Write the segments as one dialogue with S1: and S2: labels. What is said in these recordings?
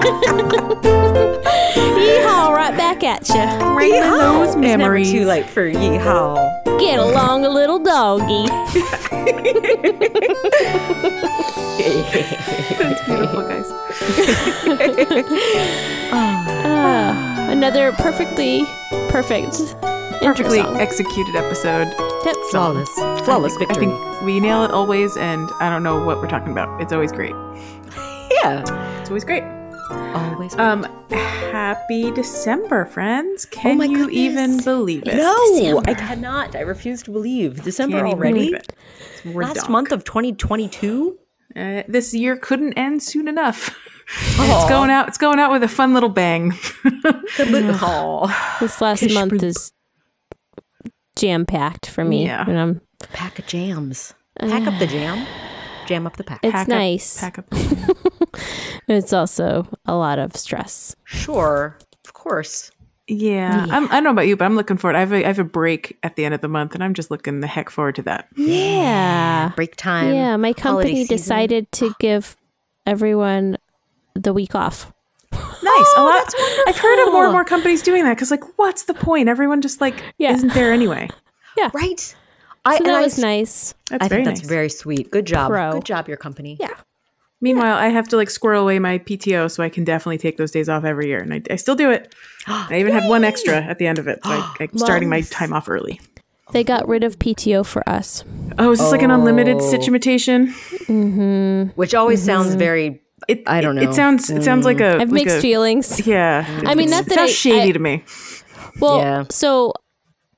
S1: Yeehaw, right back at you.
S2: Bringing those memories.
S3: It's never too late for yeehaw.
S1: Get along, a little doggy.
S2: That's beautiful, guys.
S1: Ah, another perfectly perfect.
S2: Perfectly
S1: intro song.
S2: executed episode.
S1: Yep.
S3: Flawless. Flawless
S2: I think,
S3: victory.
S2: I think we nail it always, and I don't know what we're talking about. It's always great.
S3: yeah. Uh,
S2: It's always great.
S3: Always.
S2: Um, happy December, friends. Can
S3: Oh my
S2: you
S3: goodness.
S2: even believe it?
S3: no, I cannot. I refuse to believe. December
S2: Can't even
S3: already?
S2: believe it. It's
S3: Last
S2: redonk.
S3: month of 2022?
S2: Uh, this year couldn't end soon enough. And it's going out. It's going out with a fun little bang.
S3: Oh,
S1: This last
S3: Kish
S1: month
S3: poop.
S1: is jam packed for me.
S2: Yeah.
S1: And I'm,
S3: pack of jams. Pack up the jam. Jam up the pack.
S1: it's
S2: Pack up-
S1: nice.
S2: pack up.
S1: It's also a lot of stress.
S3: Sure. Of course.
S2: Yeah, I'm, I don't know about you, but I'm looking forward. I have a, I have a break at the end of the month, and I'm just looking the heck forward to that.
S1: Yeah.
S3: Break time.
S1: Yeah. My
S3: holiday
S1: company
S3: season.
S1: decided to give everyone the week off.
S2: Nice. a lot. I've heard of more and more companies doing that because, like, what's the point? Everyone just like
S1: Yeah.
S2: isn't there anyway.
S3: Right.
S1: So
S3: I, and
S1: that
S3: I
S1: was
S3: s-
S1: nice.
S2: That's
S3: I
S2: very
S3: think that's
S2: nice.
S3: very sweet. Good job.
S1: Pro.
S3: Good job, your company.
S1: Yeah.
S2: Meanwhile, I have to like squirrel away my PTO so I can definitely take those days off every year, and I, I still do it. I even had one extra at the end of it, so I, I'm starting my time off early.
S1: They got rid of PTO for us.
S2: Oh, is this like an unlimited situation?
S3: Which always sounds very.
S2: It,
S3: I don't
S2: it- It,
S3: know.
S2: sounds it sounds like a
S1: I have
S2: like
S1: mixed
S2: a-
S1: feelings.
S2: Yeah,
S1: I mean, not
S2: It
S1: that
S2: sounds
S1: I-
S2: shady
S1: I-
S2: to me.
S1: Well,
S3: Yeah.
S1: so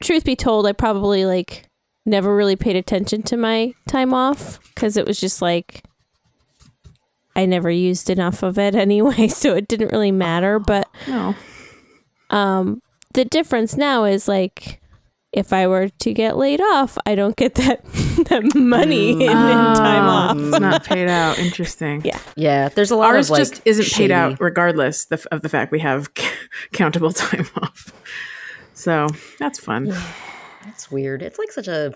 S1: truth be told, I probably like never really paid attention to my time off because it was just like I never used enough of it anyway, so it didn't really matter. But
S2: No.
S1: um, the difference now is like if I were to get laid off, I don't get that, that money in, in time off.
S2: It's not paid out. Interesting. Yeah.
S3: Yeah. There's a lot
S2: Ours
S3: of like.
S2: just isn't paid
S3: shady-
S2: out regardless the, of the fact we have countable time off. So that's fun.
S3: That's weird. It's like such a.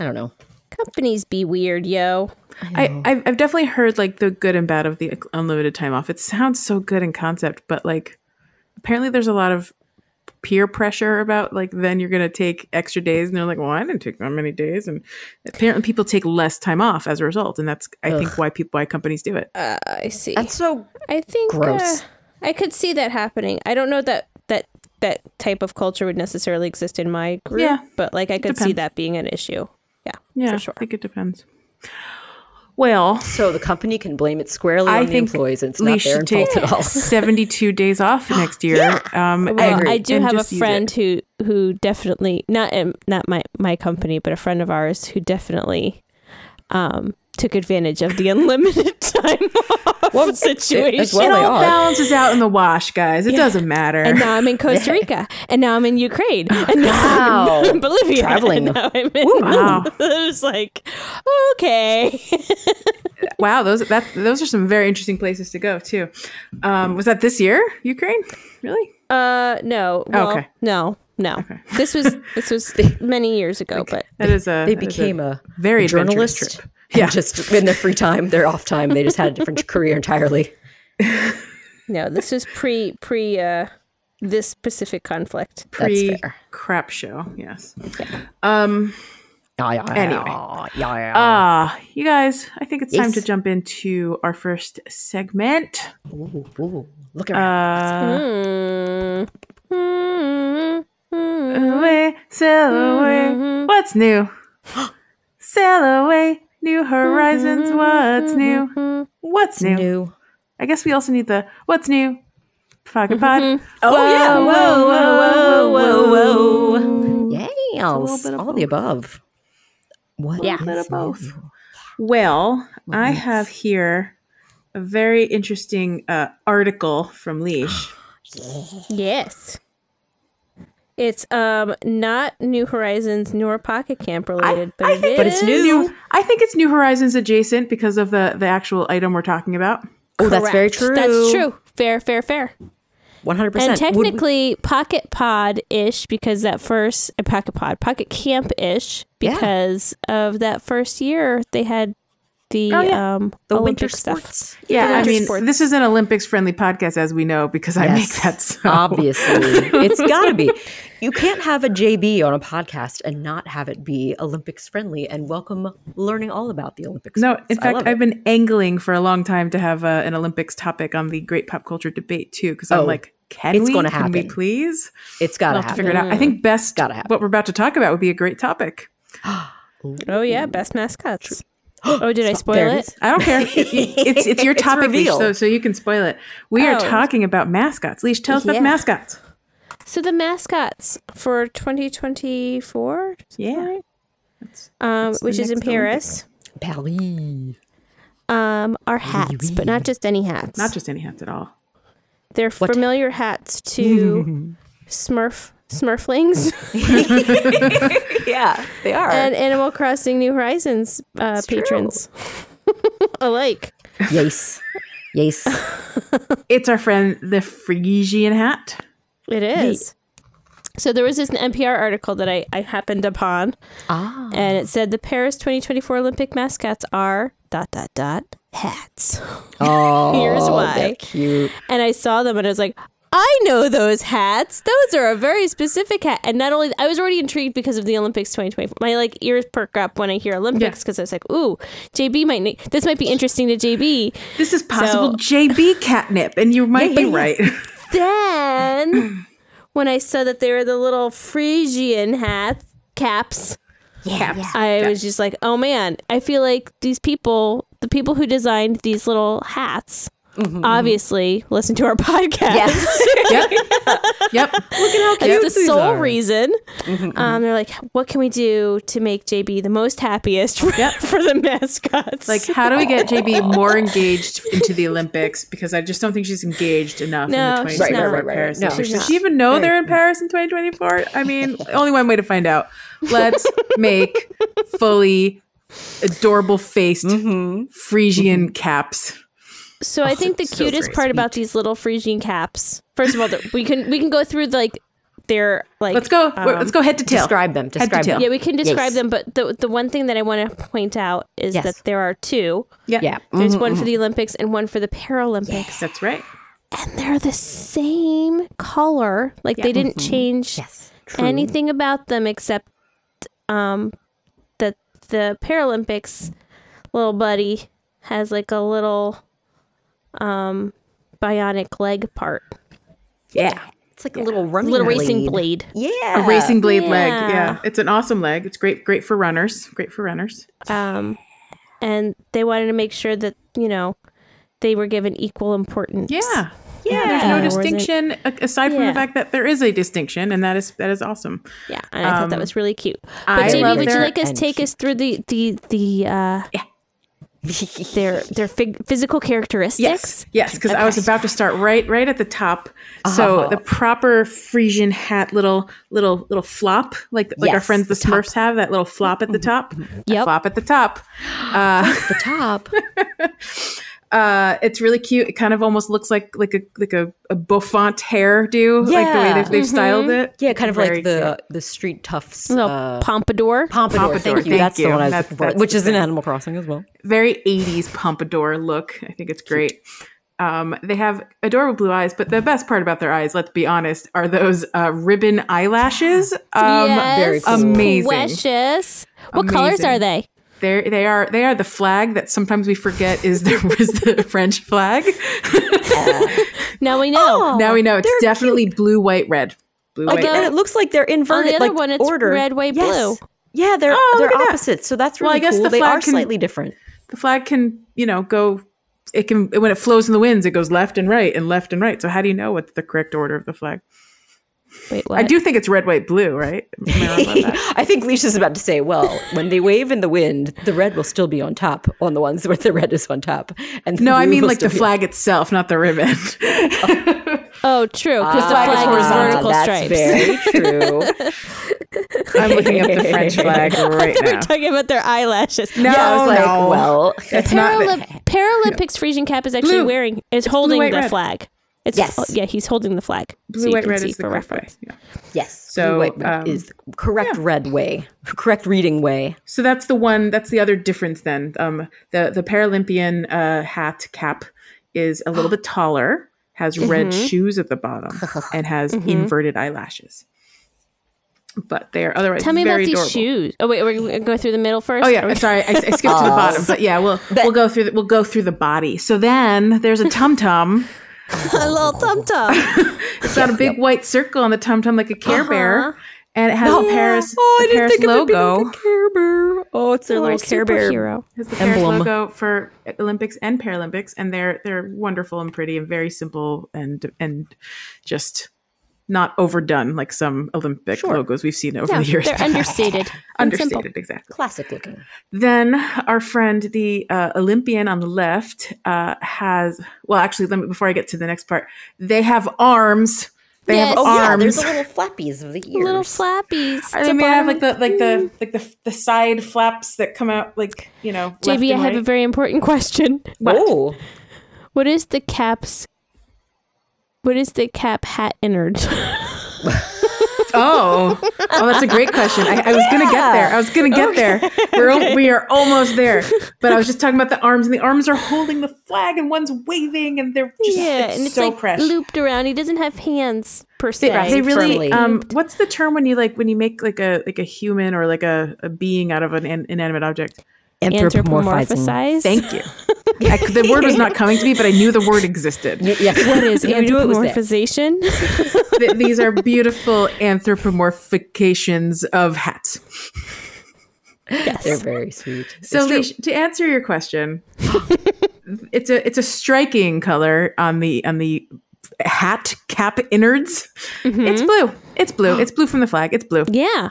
S3: I don't know.
S1: Companies be weird, yo.
S2: I, I've, I've definitely heard like the good and bad of the unlimited time off. It sounds so good in concept, but like apparently there's a lot of peer pressure about like then you're gonna take extra days, and they're like, well, I didn't take that many days, and apparently people take less time off as a result, and that's I think why people why companies do it.
S1: I see.
S3: That's so.
S1: I think
S3: Gross.
S1: uh, I could see that happening. I don't know that that that type of culture would necessarily exist in my group,
S2: Yeah.
S1: but like I could see
S2: Depends.
S1: that being an issue. Yeah,
S2: yeah,
S1: for sure.
S2: I think it depends. Well,
S3: So the company can blame it squarely
S2: I
S3: on the
S2: think
S3: employees. It's
S2: we
S3: not their
S2: should take
S3: fault at all.
S2: 72 days off next year. um,
S1: Well,
S2: and-
S1: I do
S2: and
S1: have a
S2: just use it.
S1: friend who who definitely not um, not my my company, but a friend of ours who definitely um took advantage of the unlimited time off situation.
S3: well
S2: It
S3: they
S2: all
S3: are.
S2: balances out in the wash, guys. It doesn't matter.
S1: and now I'm in Costa Rica, and now I'm in Ukraine, and now
S3: Wow.
S1: I'm in Bolivia,
S3: Traveling.
S1: And now I'm in.
S2: wow.
S1: it was like, okay.
S2: Wow, those that those are some very interesting places to go too. Um, was that this year, Ukraine? Really?
S1: Uh,
S3: Oh,
S1: no. Well,
S2: Okay.
S1: No, no. This was this was many years ago, but
S2: That is a
S3: They
S2: that is
S3: became a
S2: very adventurous
S3: journalist.
S2: trip.
S3: and
S2: Yeah.
S3: just in their free time, their off time, they just had a different career entirely.
S1: no, this was pre pre uh this Pacific conflict.
S2: pre
S3: That's fair.
S2: crap show. Yes.
S3: Yeah, yeah, yeah,
S2: Anyway.
S3: yeah, yeah.
S2: Ah, you guys, I think it's time
S3: Yes.
S2: to jump into our first segment.
S3: Ooh, ooh, look
S2: uh,
S3: around.
S1: Mm. Mm. Mm.
S2: Away, sail away. What's new? sail away, new horizons. What's new? What's Mm-hmm. new?
S3: New.
S2: I guess we also need the what's new. Pocket pod.
S3: Oh yeah! Whoa, whoa, whoa, whoa, whoa!
S2: bit
S3: Yeah,
S2: of
S3: all the above. What?
S1: Yeah.
S3: is
S2: bit of both.
S3: new?
S2: Well, I have here a very interesting uh, article from Leash.
S1: Yes. It's um not New Horizons nor Pocket Camp related, but, it is.
S3: But it's new.
S2: I think it's New Horizons adjacent because of the the actual item we're talking about.
S3: Oh, that's very true.
S1: Correct. That's true. Fair, fair, fair.
S3: One hundred percent.
S1: And technically, pocket pod ish because that first uh, pocket pod, pocket camp ish
S3: Yeah.
S1: because of that first year they had the
S2: Oh, yeah.
S1: um
S3: The
S1: Olympic
S3: winter
S1: stuff.
S3: sports.
S2: Yeah,
S1: The
S2: I
S1: winter
S2: mean,
S1: sports.
S2: this is an Olympics friendly podcast, as we know, because I make
S3: Yes.
S2: that so
S3: Obviously, it's got to be. You can't have a JB on a podcast and not have it be Olympics friendly and welcome learning all about the Olympics.
S2: No, in
S3: I love
S2: fact,
S3: it.
S2: I've been angling for a long time to have uh, an Olympics topic on the great pop culture debate too, because
S3: Oh,
S2: I'm like, can
S3: it's
S2: we?
S3: gonna
S2: Can we
S3: happen.
S2: please?
S3: it's got
S2: I'll
S3: to
S2: have to figure
S3: happen. Mm.
S2: it out. I think best
S3: Gotta happen.
S2: what we're about to talk about would be a great topic.
S1: Oh yeah, best mascots. Oh, did I spoil it?
S2: I don't care. it's it's your
S3: It's
S2: topic, Leash,
S3: revealed.
S2: so so you can spoil it. We
S1: Oh.
S2: are talking about mascots. Leash, tell us
S1: Yeah.
S2: about mascots.
S1: So the mascots for 2024,
S2: Yeah.
S1: um,
S2: It's the
S1: which is in
S2: next Olympic.
S1: Paris,
S3: Paris.
S1: um, are hats, but not just any hats.
S2: Not just any hats at all.
S1: They're familiar hats to Smurf Smurflings
S3: Yeah, they are.
S1: and Animal Crossing New Horizons uh,
S3: true.
S1: patrons alike.
S3: yes. Yes.
S2: It's our friend the Phrygian hat.
S1: It is. So there was this NPR article that I, I happened upon,
S3: ah.
S1: and it said the Paris 2024 Olympic mascots are dot dot dot hats.
S3: Oh,
S1: Here's
S3: they're
S1: why.
S3: cute.
S1: And I saw them, and I was like, I know those hats. Those are a very specific hat. And not only I was already intrigued because of the Olympics 2024. My like ears perk up when I hear Olympics because I was like, ooh, JB might ne- this might be interesting to JB.
S2: This is possible JB catnip, and you might be right.
S1: Then when I saw that they were the little Frisian hats caps.
S3: Yeah.
S1: I was just like, oh man, I feel like these people, the people who designed these little hats,
S3: Mm-hmm,
S1: obviously listen to our podcast.
S3: Yes.
S2: yep. Yep.
S1: That's the
S3: these
S1: sole
S3: are. Mm-hmm,
S1: reason. Um, they're like, what can we do to make JB the most happiest for, for the mascots?
S2: Like, how do we get JB more engaged into the Olympics? Because I just don't think she's engaged enough
S1: No,
S2: in the
S1: she's not.
S2: 2024
S1: Right, right,
S3: right, right.
S2: Paris.
S3: No,
S2: Olympics.
S1: she's
S2: Does
S1: not.
S2: she even know they're in Paris in 2024? I mean, only one way to find out. Let's make fully adorable faced
S1: Mm-hmm.
S2: Frisian caps.
S1: so I think the
S2: it's oh, so
S1: cutest
S2: great.
S1: part about these little Frisian caps, first of all, that we can we can go through like their like
S2: Let's go. wait, let's go head to tail.
S3: Describe them.
S2: to
S3: Describe
S2: tail.
S3: them.
S1: Yeah, we can describe
S3: Yes.
S1: them, but the the one thing that I want to point out is
S3: Yes.
S1: that there are two.
S2: Yeah.
S3: Yeah.
S1: There's one
S3: Mm-hmm.
S1: for the Olympics and one for the Paralympics.
S2: That's right.
S1: and they're the same color. Like they didn't change
S3: Mm-hmm. Yes.
S1: anything about them except um that the Paralympics little buddy has like a little um bionic leg part.
S2: Yeah.
S3: It's like a little running
S1: Little racing blade.
S3: Yeah.
S2: A racing blade leg.
S1: Yeah.
S2: Yeah. It's an awesome leg. It's great great for runners. Great for runners.
S1: Um and they wanted to make sure that, you know, they were given equal importance.
S2: Yeah. Yeah, there's no
S1: Yeah. Wasn't-
S2: distinction a- aside from
S1: Yeah.
S2: the fact that there is a distinction, and that is that is awesome.
S1: Yeah. And I thought that was really cute.
S2: Um, I
S1: But
S2: love
S1: Jamie, would you
S2: their-
S1: like us
S3: and
S1: take us through the the the uh their their fig- physical characteristics?
S2: Yes, yes, because I was about to start right right at the top.
S3: Uh-huh.
S2: So the proper Frisian hat, little little little flop, like like our
S3: Yes, Mm-hmm.
S2: friends the Smurfs have that little flop at the top.
S1: Yep.
S2: flop at the top.
S3: the top.
S2: Uh, it's really cute. It kind of almost looks like like a like a, a bouffant hairdo, like the way
S3: Yeah. Mm-hmm.
S2: they've, they've styled it.
S3: Yeah, kind of
S2: Very
S3: like the the street toughs
S1: little
S3: uh,
S1: pompadour.
S3: pompadour.
S2: Pompadour,
S3: Thank you.
S2: thank
S3: that's the
S2: you.
S3: one I was
S2: That's-
S3: looking for,
S2: that's
S3: which
S2: the
S3: is in
S2: thing.
S3: Animal Crossing as well.
S2: very 80s pompadour look. I think it's great. Um, they have adorable blue eyes, but the best part about their eyes, let's be honest, are those uh, ribbon eyelashes. Um,
S3: very cool.
S2: amazing.
S1: Precious. What colors
S2: Amazing.
S1: are they?
S2: They're, they are they are the flag that sometimes we forget is the, was the French flag.
S1: Now we know.
S2: Oh, now we know it's definitely blue, white, red. Blue,
S3: Like,
S2: white,
S3: and
S2: red.
S3: it looks like they're inverted.
S1: other
S3: like,
S1: one, it's
S3: order.
S1: red, white, blue.
S3: Yeah, they're
S2: Oh, look
S3: they're
S2: at that.
S3: opposites. So that's really
S2: Well, I guess
S3: cool.
S2: the
S3: they
S2: flag
S3: are
S2: can-
S3: slightly different.
S2: The flag can you know go. It can when it flows in the winds, it goes left and right and left and right. So how do you know what's the correct order of the flag?
S1: Wait, what?
S2: I do think it's red, white, blue, right? Am I wrong about that?
S3: I think Leash is about to say, well, when they wave in the wind, the red will still be on top on the ones where the red is on top. And the
S2: No, I
S3: blue
S2: mean
S3: will
S2: like the
S3: still be-
S2: flag itself, not the ribbon.
S1: Oh, true. Because the
S3: Ah,
S1: flag is vertical
S3: that's
S1: stripes.
S3: Very true.
S2: I'm looking up the French flag right
S1: We're
S2: now.
S1: talking about their eyelashes.
S2: No,
S3: I was like,
S2: no.
S3: well,
S2: it's not.
S1: Paralymp- Paralympics Frisian cap is actually
S2: Blue.
S1: wearing is holding
S2: white,
S1: the
S2: red.
S1: flag. It's
S3: Yes.
S1: oh, yeah, he's holding the flag.
S2: Blue,
S1: so you
S2: white,
S1: can
S2: red
S1: see
S2: is the
S1: for
S2: correct way.
S1: reference.
S2: Yeah.
S3: Yes.
S2: So,
S3: blue, white red
S2: um,
S3: is the correct red way, correct reading way.
S2: So that's the one. That's the other difference. Then um, the the Paralympian uh, hat cap is a little bit taller, has red
S3: Mm-hmm.
S2: shoes at the bottom, and has inverted eyelashes. But they are otherwise
S1: Tell me about
S2: very
S1: these
S2: adorable.
S1: shoes. Oh wait, we're gonna go through the middle first.
S2: Oh
S1: Are
S2: yeah,
S1: we-
S2: sorry, I, I skipped to the bottom. But yeah, we'll we'll go through the, we'll go through the body. So then there's a tum tum.
S1: a little tum tum.
S2: It's got a big white circle on the tum tum like a Care Bear, and it has the Paris
S3: Uh-huh. Oh, I
S2: the
S3: didn't
S2: Paris
S3: think of it
S2: logo.
S3: being the Care Bear. Oh, it's their little Care Bear.
S1: superhero.
S2: It's the Paris
S3: Emblem.
S2: logo for Olympics and Paralympics, and they're they're wonderful and pretty and very simple and and just not overdone like some Olympic logos we've seen over
S1: Yeah,
S2: the years.
S1: they're understated. and simple.
S2: Understated, exactly.
S3: Classic looking.
S2: Then our friend, the uh, Olympian on the left, uh, has well, actually, let me before I get to the next part, they have arms. They
S1: Yes.
S2: have
S1: Oh,
S3: Yeah,
S2: arms.
S3: there's the little flappies of the ears.
S1: Little flappies.
S2: I mean, they have like the like the like the the side flaps that come out like you know. left
S1: JB, I
S2: and
S1: have
S2: right.
S1: a very important question.
S3: Oh,
S1: What is the cap's? What is the cap hat innard?
S2: Oh, oh, that's a great question. I, I was gonna get there. I was gonna get there. We're al- we are almost there. But I was just talking about the arms, and the arms are holding the flag, and one's waving, and they're just it's
S1: and it's
S2: so
S1: like
S2: precious.
S1: looped around. He doesn't have hands per se.
S2: They, they really
S3: firmly.
S2: um, what's the term when you like when you make like a like a human or like a, a being out of an in- inanimate object?
S3: anthropomorphizing.
S1: anthropomorphize.
S2: Thank you. I, the word was not coming to me, but I knew the word existed.
S3: Y- Yeah.
S1: What is
S3: I knew it was there.
S1: anthropomorphization?
S2: Th- these are beautiful anthropomorphications of hats.
S3: They're very sweet.
S2: So
S3: It's true.
S2: Leesh, to answer your question, it's a it's a striking color on the on the hat cap innards.
S3: Mm-hmm.
S2: It's blue. It's blue. It's blue from the flag. It's blue.
S1: yeah.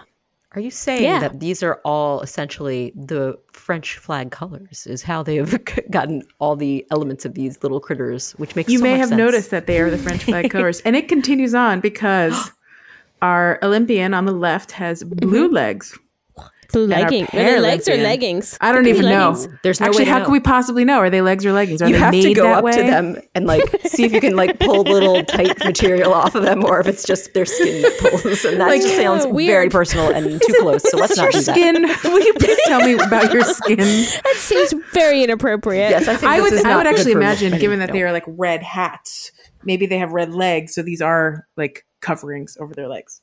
S3: Are you saying
S1: Yeah.
S3: that these are all essentially the French flag colors? Is how they have gotten all the elements of these little critters, which makes
S2: You
S3: so
S2: may
S3: much
S2: have
S3: sense.
S2: noticed that they are the French flag colors, and it continues on because our Olympian on the left has blue
S3: Mm-hmm.
S2: legs.
S1: Blue
S2: our
S1: leggings. Are they legs or
S2: Paralympian.
S1: leggings?
S2: I don't
S1: Could be
S2: even know.
S1: leggings.
S3: There's no way
S2: Actually,
S3: to
S2: how
S3: know.
S2: can we possibly know? Are they legs or leggings? Are
S3: You
S2: they
S3: have
S2: made
S3: to go
S2: that
S3: up
S2: way?
S3: to them and like see if you can like pull little tight material off of them, or if it's just their skin that pulls. And that just sounds
S1: weird.
S3: very personal and too close. So let's
S2: Your
S3: not do that.
S2: skin. Will you please tell me about your skin?
S1: That seems very inappropriate.
S3: Yes, I think
S2: I
S3: this
S2: would,
S3: is
S2: I
S3: not
S2: would
S3: good
S2: actually
S3: for
S2: imagine,
S3: women.
S2: given that
S3: No.
S2: they are like red hats, maybe they have red legs, so these are like coverings over their legs.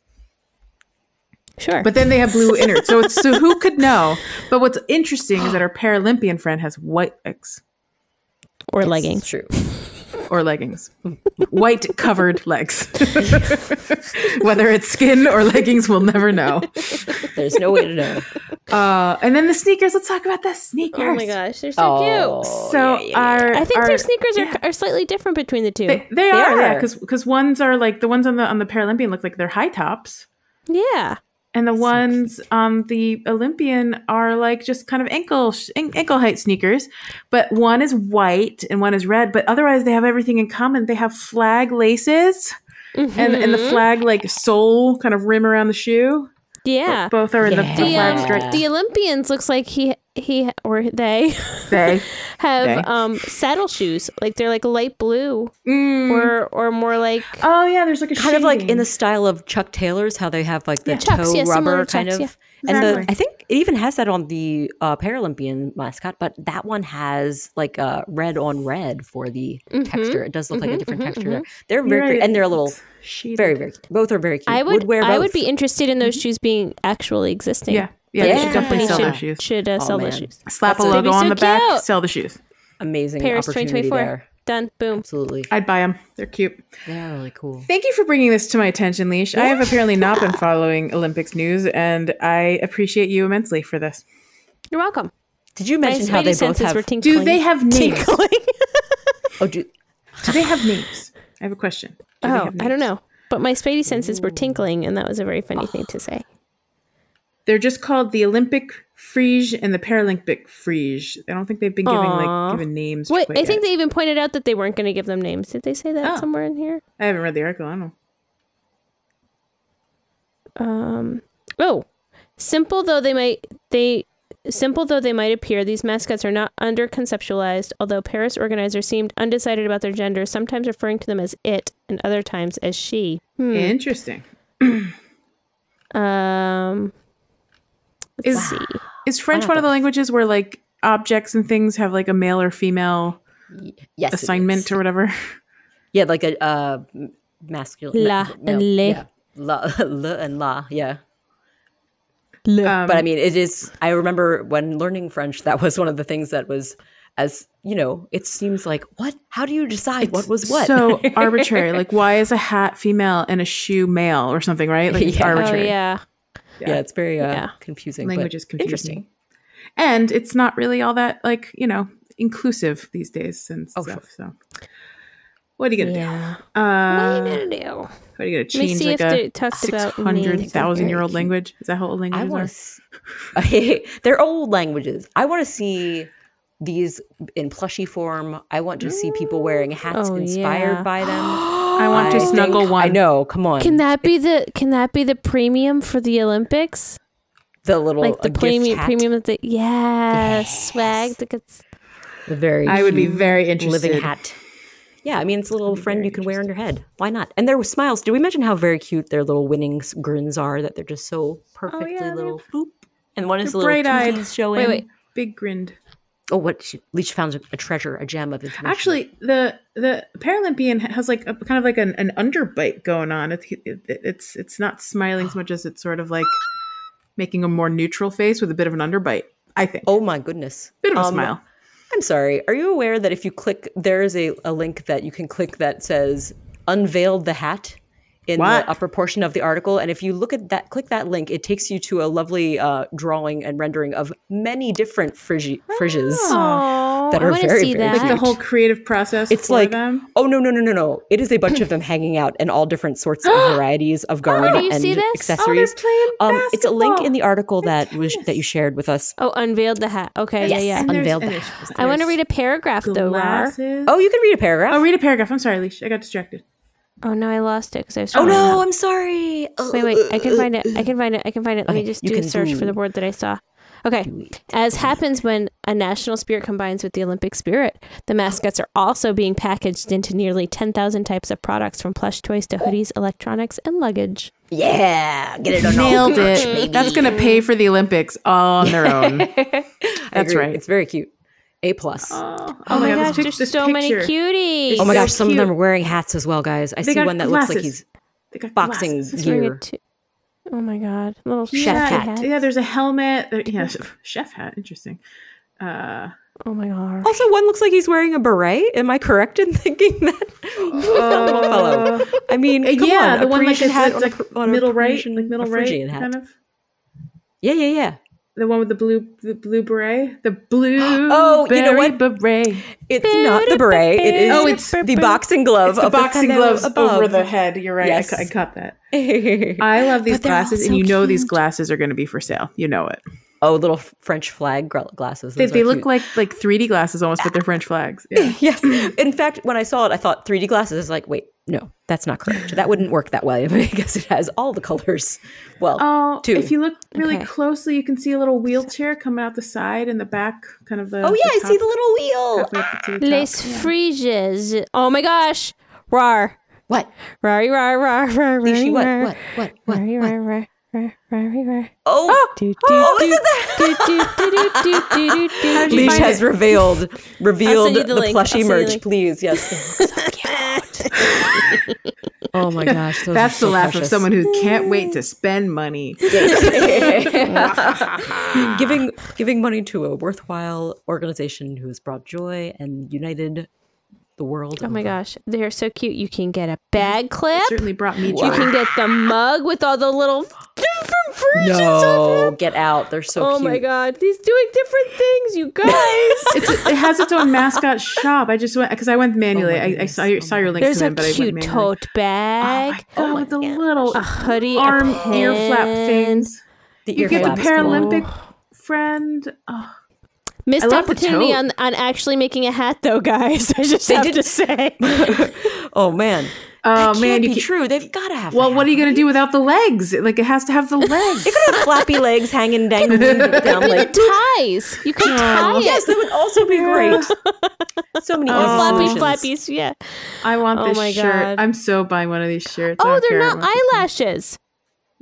S1: Sure.
S2: But then they have blue innards, so it's, so who could know? But what's interesting is that our Paralympian friend has white legs
S1: or
S3: It's
S1: leggings.
S3: true.
S2: or leggings, white covered legs. Whether it's skin or leggings, we'll never know.
S3: There's no way to know.
S2: Uh, and then the sneakers. Let's talk about the sneakers.
S1: Oh my gosh, they're so cute.
S3: Oh,
S2: So
S3: yeah, yeah, yeah.
S2: our
S1: I think
S2: our,
S1: their sneakers are, are slightly different between the two.
S2: They, they are, yeah,
S3: are.
S2: because ones are like the ones on the on the Paralympian look like they're high tops.
S1: yeah.
S2: and the ones on the Olympian are like just kind of ankle sh- an- ankle height sneakers, but one is white and one is red. But otherwise, they have everything in common. They have flag laces and and the flag like sole kind of rim around the shoe.
S1: Yeah.
S2: Both are in the, the
S1: The,
S2: flag
S1: um,
S2: stripe.
S1: the Olympians looks like he he or they
S2: They
S1: have
S2: They.
S1: um saddle shoes like they're like light blue or or more like
S2: Mm. oh yeah, there's like a
S3: kind of like in
S2: shading.
S3: the style of Chuck Taylor's, how they have like the
S1: Chucks,
S3: toe
S1: yeah, similar
S3: rubber
S1: to
S3: kind
S1: Chucks,
S3: of. And the,
S2: Exactly.
S3: I think it even has that on the uh, Paralympian mascot, but that one has like uh, red on red for the
S1: Mm-hmm.
S3: texture. It does look like a different texture. They're
S2: You're
S3: very,
S2: right,
S3: cute, and they're a
S2: it's
S3: little,
S2: shaded.
S3: very, very, cute. both are very cute.
S1: I would,
S3: wear
S1: I would
S3: both.
S1: be interested in those shoes being actually existing.
S2: yeah
S3: Yeah.
S2: yeah. They should definitely
S1: Company
S2: sell their
S1: should,
S2: shoes.
S1: should uh, sell
S3: Oh, man.
S1: those shoes.
S2: Slap a
S3: That's-
S2: logo
S1: They'd be
S2: on
S1: so
S2: the back.
S1: cute.
S2: Sell the shoes.
S3: amazing
S1: Paris
S3: opportunity
S1: 2024.
S3: there.
S1: Done. Boom.
S3: Absolutely,
S2: I'd buy them. They're cute.
S3: they're really cool.
S2: Thank you for bringing this to my attention, Leash. I have apparently not been following Olympics news, and I appreciate you immensely for this.
S1: You're welcome.
S3: Did you
S1: My
S3: mention how
S1: spidey
S3: they both
S1: senses
S3: have?
S1: were tinkling.
S2: Do they have names?
S1: tinkling?
S3: oh, do,
S2: Do they have names? I have a question. Do they
S1: oh,
S2: have
S1: I don't
S2: names?
S1: know. But my spidey senses were tinkling, and that was a very funny thing to say.
S2: They're just called the Olympic Frige and the Paralympic Frige. I don't think they've been giving
S1: Aw.
S2: like given names.
S1: Wait,
S2: quite
S1: I think
S2: yet.
S1: they even pointed out that they weren't going to give them names. Did they say that
S2: Oh.
S1: somewhere in here?
S2: I haven't read the article. I don't know.
S1: Um. Oh, simple though they might they Simple though they might appear, these mascots are not under conceptualized, although Paris organizers seemed undecided about their gender, sometimes referring to them as it and other times as she. Hmm.
S2: Interesting.
S1: Um,
S2: Is
S1: let's see.
S2: is French one of the languages where like objects and things have like a male or female
S3: Y- yes, it is.
S2: assignment or whatever?
S3: Yeah, like a uh, m- masculine.
S1: La and le.
S3: Yeah. La, le and la. Yeah.
S2: Um,
S3: But I mean, it is. I remember when learning French, that was one of the things that was, as you know, it seems like, what? How do you decide what was what?
S2: so arbitrary. Like, why is a hat female and a shoe male or something? Right? Like, it's
S3: Yeah. Oh,
S1: Oh
S2: arbitrary.
S1: yeah.
S3: yeah, it's very uh,
S1: Yeah.
S3: confusing. but
S2: Language is confusing.
S3: Interesting.
S2: and it's not really all that like you know inclusive these days and
S3: Oh,
S2: stuff. So, what are you gonna
S1: Yeah.
S2: do? Uh,
S1: what are you gonna do?
S2: what are you gonna
S1: Let me
S2: change?
S1: see
S2: Like
S1: if they
S2: a
S1: talked
S2: six
S1: about
S2: hundred
S1: names.
S2: thousand year old
S3: Very cute.
S2: language? Is that how old languages
S3: I want
S2: are?
S3: to. See, they're old languages. I want to see these in plushy form. I want to see people wearing hats
S1: Oh,
S3: inspired
S1: yeah.
S3: by them.
S2: I want to
S3: I
S2: snuggle
S3: think-
S2: one.
S3: I know. Come on.
S1: Can that be the can that be the premium for the Olympics?
S3: the little
S1: Like
S3: a
S1: the
S3: gift
S1: premium
S3: hat.
S1: premium that yes, swag
S3: Yes.
S1: that gets
S3: The very.
S2: I would be
S3: cute
S2: very interested.
S3: Mm-hmm. living hat. Yeah, I mean it's a little friend you can wear on your head. Why not? And their smiles. Did we mention how very cute their little winning s- grins are? That they're just so perfectly
S2: yeah,
S3: little. Boop. And one is a
S2: they're
S3: little
S2: bright-eyed.
S3: toothies showing.
S1: Wait, wait.
S2: Big grinned.
S3: Oh, what? She, Leech found a, a treasure, a gem of information.
S2: Actually, the the Paralympian has like a kind of like an, an underbite going on. It's it, it's it's not smiling as much as it's sort of like making a more neutral face with a bit of an underbite. I think
S3: oh my goodness.
S2: bit of a
S3: Um,
S2: smile.
S3: I'm sorry. Are you aware that if you click, there is a, a link that you can click that says unveiled the hat in
S2: What?
S3: the upper portion of the article. And if you look at that, click that link, it takes you to a lovely uh, drawing and rendering of many different frizzy, frizges.
S1: Oh,
S3: That
S1: I
S3: are
S1: want to
S3: very,
S1: see
S3: very
S1: that.
S2: Like the whole creative process.
S3: It's
S2: for
S3: like,
S2: them.
S3: oh no, no, no, no, no. It is a bunch of them hanging out and all different sorts of varieties of garb
S1: do you
S3: and
S1: see this? Oh, they're
S3: accessories.
S2: playing
S3: um, it's a link
S2: basketball
S3: in the article that was that you shared with us.
S1: oh, unveiled the hat. Okay,
S3: Yes.
S1: yeah, yeah.
S2: there's-
S3: Unveiled
S2: and
S3: the-
S2: there's-
S1: I want to
S2: there's
S1: read a paragraph though. Rar.
S2: glasses.
S3: Oh, you can read a paragraph.
S2: Oh, read a paragraph. I'm sorry, Leash. I got distracted.
S1: Oh no, I lost it because I was.
S3: Oh
S1: scrolling up.
S3: no, I'm sorry.
S1: Wait, wait. I can find it. I can find it. I can find it. Let me
S3: Okay,
S1: just
S3: you
S1: do a
S3: can
S1: search
S3: do
S1: for the word that I saw. Okay.
S3: it.
S1: As happens when a national spirit combines with the Olympic spirit, the mascots are also being packaged into nearly 10,000 types of products from plush toys to hoodies, electronics, and luggage.
S3: Yeah, get it on
S2: Nailed it. That's gonna pay for the Olympics all on their
S3: Oh
S2: own. That's right.
S3: It's very cute. A plus. Oh,
S2: Oh,
S1: Oh, my
S2: God, this
S1: gosh,
S2: pic-
S1: there's
S2: this
S1: so many
S2: picture.
S1: cuties.
S2: Oh
S3: my
S2: so
S3: gosh, some of them
S2: cute.
S3: are wearing hats as well, guys. I
S2: They
S3: see
S2: got
S3: one that looks like
S2: glasses.
S3: he's
S2: They got
S3: boxing
S2: glasses.
S1: He's wearing a
S3: gear.
S1: tu- Oh my god, little
S2: Yeah,
S1: chef
S3: hat.
S1: hat.
S2: yeah. There's a helmet. There, yeah, chef hat. Interesting. Uh,
S1: Oh my god.
S3: also, one looks like he's wearing a beret. Am I correct in thinking that? Who's that little fellow? I mean,
S2: Uh,
S3: come
S2: yeah,
S3: on,
S2: the
S3: a
S2: one like
S3: Parisian
S2: it's,
S3: hat
S2: it's
S3: on a
S2: like
S3: Par- on a
S2: middle right,
S3: Parisian-
S2: like middle
S3: a
S2: right,
S3: Phrygian hat.
S2: kind of
S3: Yeah, yeah, yeah.
S2: the one with the blue, the blue beret, the blue.
S3: Oh, you know what?
S2: Beret.
S3: It's not the beret. It is
S2: Oh, it's-
S3: the boxing glove.
S2: It's the
S3: of
S2: boxing
S3: fellow
S2: gloves
S3: above.
S2: over the head. You're right.
S3: Yes.
S2: I, ca- I caught that.
S3: oh,
S2: I love these
S3: But they're all
S2: glasses,
S3: so
S2: and you know these
S3: cute.
S2: glasses are going to be for sale. You know it.
S3: Oh, little French flag gla- glasses.
S2: They,
S3: Those are
S2: they look
S3: cute.
S2: like like 3D glasses almost, but they're French flags. Yeah.
S3: yes. In fact, when I saw it, I thought 3D glasses. I was like, wait, no, that's not correct. That wouldn't work that way because it has all the colors. Well,
S2: Oh,
S3: Two.
S2: if you look really
S1: Okay.
S2: closely, you can see a little wheelchair coming out the side and the back, kind of the.
S3: oh yeah, I see
S2: top-
S3: the little wheel.
S2: halfway up to the top.
S1: Les Friges. Oh my gosh. Rar.
S3: What?
S1: Rar, rar, rar, rar, rar,
S3: She what?
S1: rar.
S3: What? What? What?
S1: Rar,
S3: what?
S1: rar, rar, rar, rar, rar.
S3: Oh,
S1: Do,
S3: oh,
S1: do,
S3: look at that.
S1: do, do, do, do, do, do, do, do, do.
S3: Leash has revealed revealed
S1: you
S3: the,
S1: the link. I'll send
S3: plushy
S1: you the
S3: merch,
S1: link.
S3: please. Yes. oh my gosh, those
S2: That's
S3: are
S2: the
S3: so
S2: laugh of
S3: precious.
S2: someone who can't wait to spend money.
S3: Ah. giving giving money to a worthwhile organization who has brought joy and united the world.
S1: Oh my gosh, they are so cute. You can get a bag clip.
S2: Certainly brought me
S1: You
S2: joy.
S1: can get the mug with all the little different versions of
S3: No,
S1: him.
S3: get out. They're so
S1: Oh
S3: cute.
S1: my god, he's doing different things, you guys.
S2: It's, it has its own mascot shop. I just went because I went manually. I, I saw your, saw your link
S1: There's
S2: to
S1: a
S2: them, but I went
S1: cute
S2: manually.
S1: tote bag,
S2: Oh, my God, with the little
S1: a hoodie, a
S2: arm
S1: pin.
S2: ear flap things.
S3: The
S2: You get the
S3: earflaps go on.
S2: Paralympic friend. Oh, I
S1: Missed
S2: love the
S1: opportunity
S2: tote.
S1: on on actually making a hat, though, guys. I just have to say.
S3: Oh man,
S2: Oh
S3: that
S2: man,
S3: can't
S2: you
S3: be
S2: can't-
S3: true. They've got to have.
S2: Well, what are you going to do without the legs? Like it has to have the legs.
S3: They could have flappy legs hanging dangling down like.
S1: ties. You
S2: Oh,
S1: could tie it.
S3: Yes, that would also be great. So many
S1: Or
S3: easy
S1: flappy
S3: Oh, solutions.
S1: flappies. Yeah.
S2: I want
S1: Oh
S2: this
S1: my
S2: shirt.
S1: God.
S2: I'm so buying one of these shirts. I
S1: Oh,
S2: don't
S1: they're
S2: care. I
S1: not
S2: want this one.
S1: eyelashes.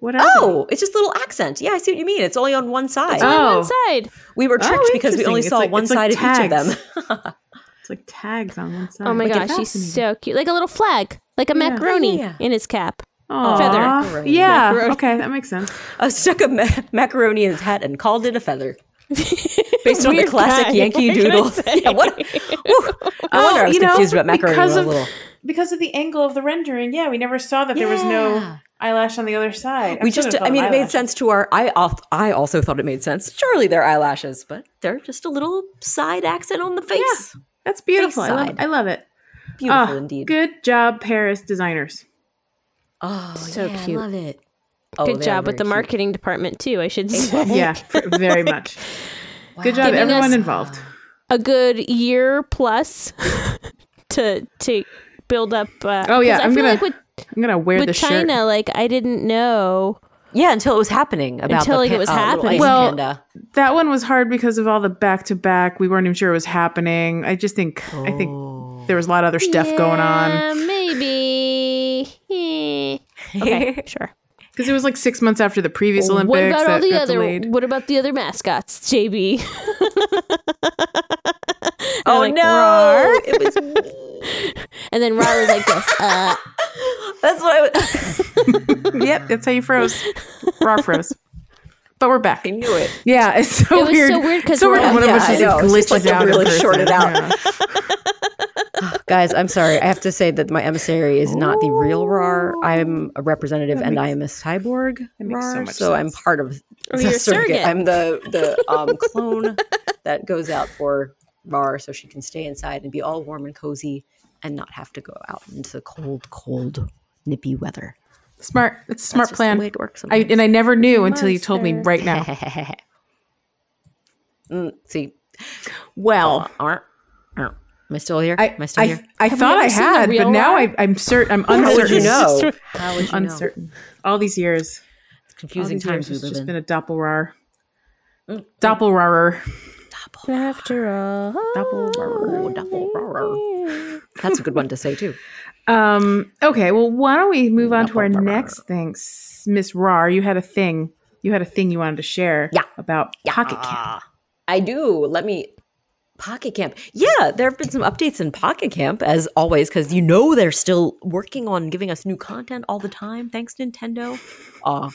S2: What are they?
S3: Oh, it's just little accent. Yeah, I see what you mean. It's only on one side.
S2: Oh.
S1: On one side.
S3: we were tricked because we
S2: interesting.
S3: only
S2: It's
S3: saw
S2: like-
S3: one
S2: it's
S3: side
S2: like
S3: of each
S2: tags.
S3: of them.
S2: It's like tags on one side.
S1: Oh my
S2: Look at
S1: gosh, he's so
S2: fascinating.
S1: cute. Like a little flag, like a
S2: Yeah.
S1: macaroni
S3: Yeah.
S1: in his cap.
S2: Aw.
S3: feather.
S2: Yeah.
S1: Macaroni.
S2: Okay, that makes sense.
S3: I stuck a ma- macaroni in his hat and called it a feather. Based on the
S1: Weird
S3: classic
S1: guy.
S3: Yankee
S1: What can I
S3: Doodle.
S1: say?
S3: Yeah, what? Whew. No
S2: Oh,
S3: wonder I was
S2: you know,
S3: confused about macaroni
S2: because
S3: a
S2: of-
S3: little.
S2: Because of the angle of the rendering, yeah, we never saw that there was no
S3: Yeah.
S2: eyelash on the other side. I'm
S3: we
S2: still
S3: just,
S2: gonna call
S3: I
S2: them
S3: mean, it made
S2: eyelashes.
S3: sense to our. I, al- I also thought it made sense. Surely they're eyelashes, but they're just a little side accent on the face.
S2: That's beautiful. I love,
S3: side.
S2: I love it.
S3: Beautiful
S2: Ah,
S3: indeed.
S2: Good job, Paris designers.
S3: Oh,
S1: So
S3: yeah,
S1: cute.
S3: I love it. Oh,
S1: Good
S3: they are
S1: job with
S3: very
S1: the
S3: cute.
S1: marketing department too. I should say.
S2: Yeah, f- very much. Good
S3: Wow.
S2: job,
S1: Giving
S2: everyone
S1: us-
S2: involved.
S1: a good year plus to to build up. Uh,
S2: Oh, yeah,
S1: 'cause I
S2: I'm
S1: feel
S2: gonna
S1: like with,
S2: I'm gonna wear
S1: with
S2: the shirt.
S1: China, like I didn't know.
S3: Yeah, until it was happening. About
S1: Until,
S3: the
S1: like,
S3: pa-
S1: it was
S3: uh, little
S1: happening.
S3: ice
S2: Well,
S3: panda.
S2: That one was hard because of all the back to back. We weren't even sure it was happening. I just think I think there was a lot of other stuff going on
S3: Oh.
S1: Yeah, maybe. Eh. okay, sure.
S2: because it was like six months after the previous Olympics.
S1: what about all
S2: that
S1: the
S2: got
S1: other?
S2: delayed.
S1: What about the other mascots, JB?
S3: Oh
S1: like,
S3: no!
S1: "Rar."
S3: It was me.
S1: And then Rar was like this. Uh,
S3: That's what I, was,
S2: yep, that's how you froze. Raw froze. But we're back.
S3: I knew it.
S2: Yeah, it's so
S1: It was
S2: weird.
S1: so weird 'cause
S2: so weird.
S1: we're-
S2: One
S3: Yeah,
S2: of us
S3: I
S2: just
S3: know. It's
S2: like, glitches
S3: just like they
S2: out. in
S3: really
S2: person.
S3: shorted out.
S2: Yeah.
S3: Guys, I'm sorry. I have to say that my emissary is not the real RAR. I'm a representative and I am a cyborg
S2: makes so
S3: RAR.
S2: much
S3: So I'm
S2: sense.
S3: part of the
S1: Oh, you're a surrogate.
S3: I'm the the um, clone that goes out for RAR so she can stay inside and be all warm and cozy and not have to go out into the cold, cold, nippy weather.
S2: Smart. It's a smart
S3: That's just The way
S2: plan.
S3: it works.
S2: I, and I never knew until you told me right now.
S3: sometimes. Mm, see,
S2: Well,
S3: aren't am I still here?
S2: I
S3: am I still
S2: I,
S3: here?
S2: I thought
S1: ever
S2: I
S1: seen the
S2: had,
S1: real
S2: but now
S1: Rar?
S2: I, I'm certain. I'm
S3: How
S2: uncertain.
S3: would you know? How would you know?
S2: Uncertain. All these years.
S3: It's
S2: All
S3: confusing
S2: these
S3: times
S2: years,
S3: we live
S2: it's just
S3: in.
S2: been a doppelrar.
S3: Mm.
S2: Doppelrarer.
S1: after all,
S2: Uh-huh." Doppelrarer.
S3: That's a good one to say too.
S2: Um, okay, well, why don't we move on to our
S3: Doppelrarer.
S2: next thing, S- Miss Rar? You had a thing. You had a thing you wanted to share
S3: Yeah.
S2: about Pocket Camp.
S3: I do. Let me. Pocket Camp. Yeah, there have been some updates in Pocket Camp, as always, because you know they're still working on giving us new content all the time. Thanks, Nintendo. Uh,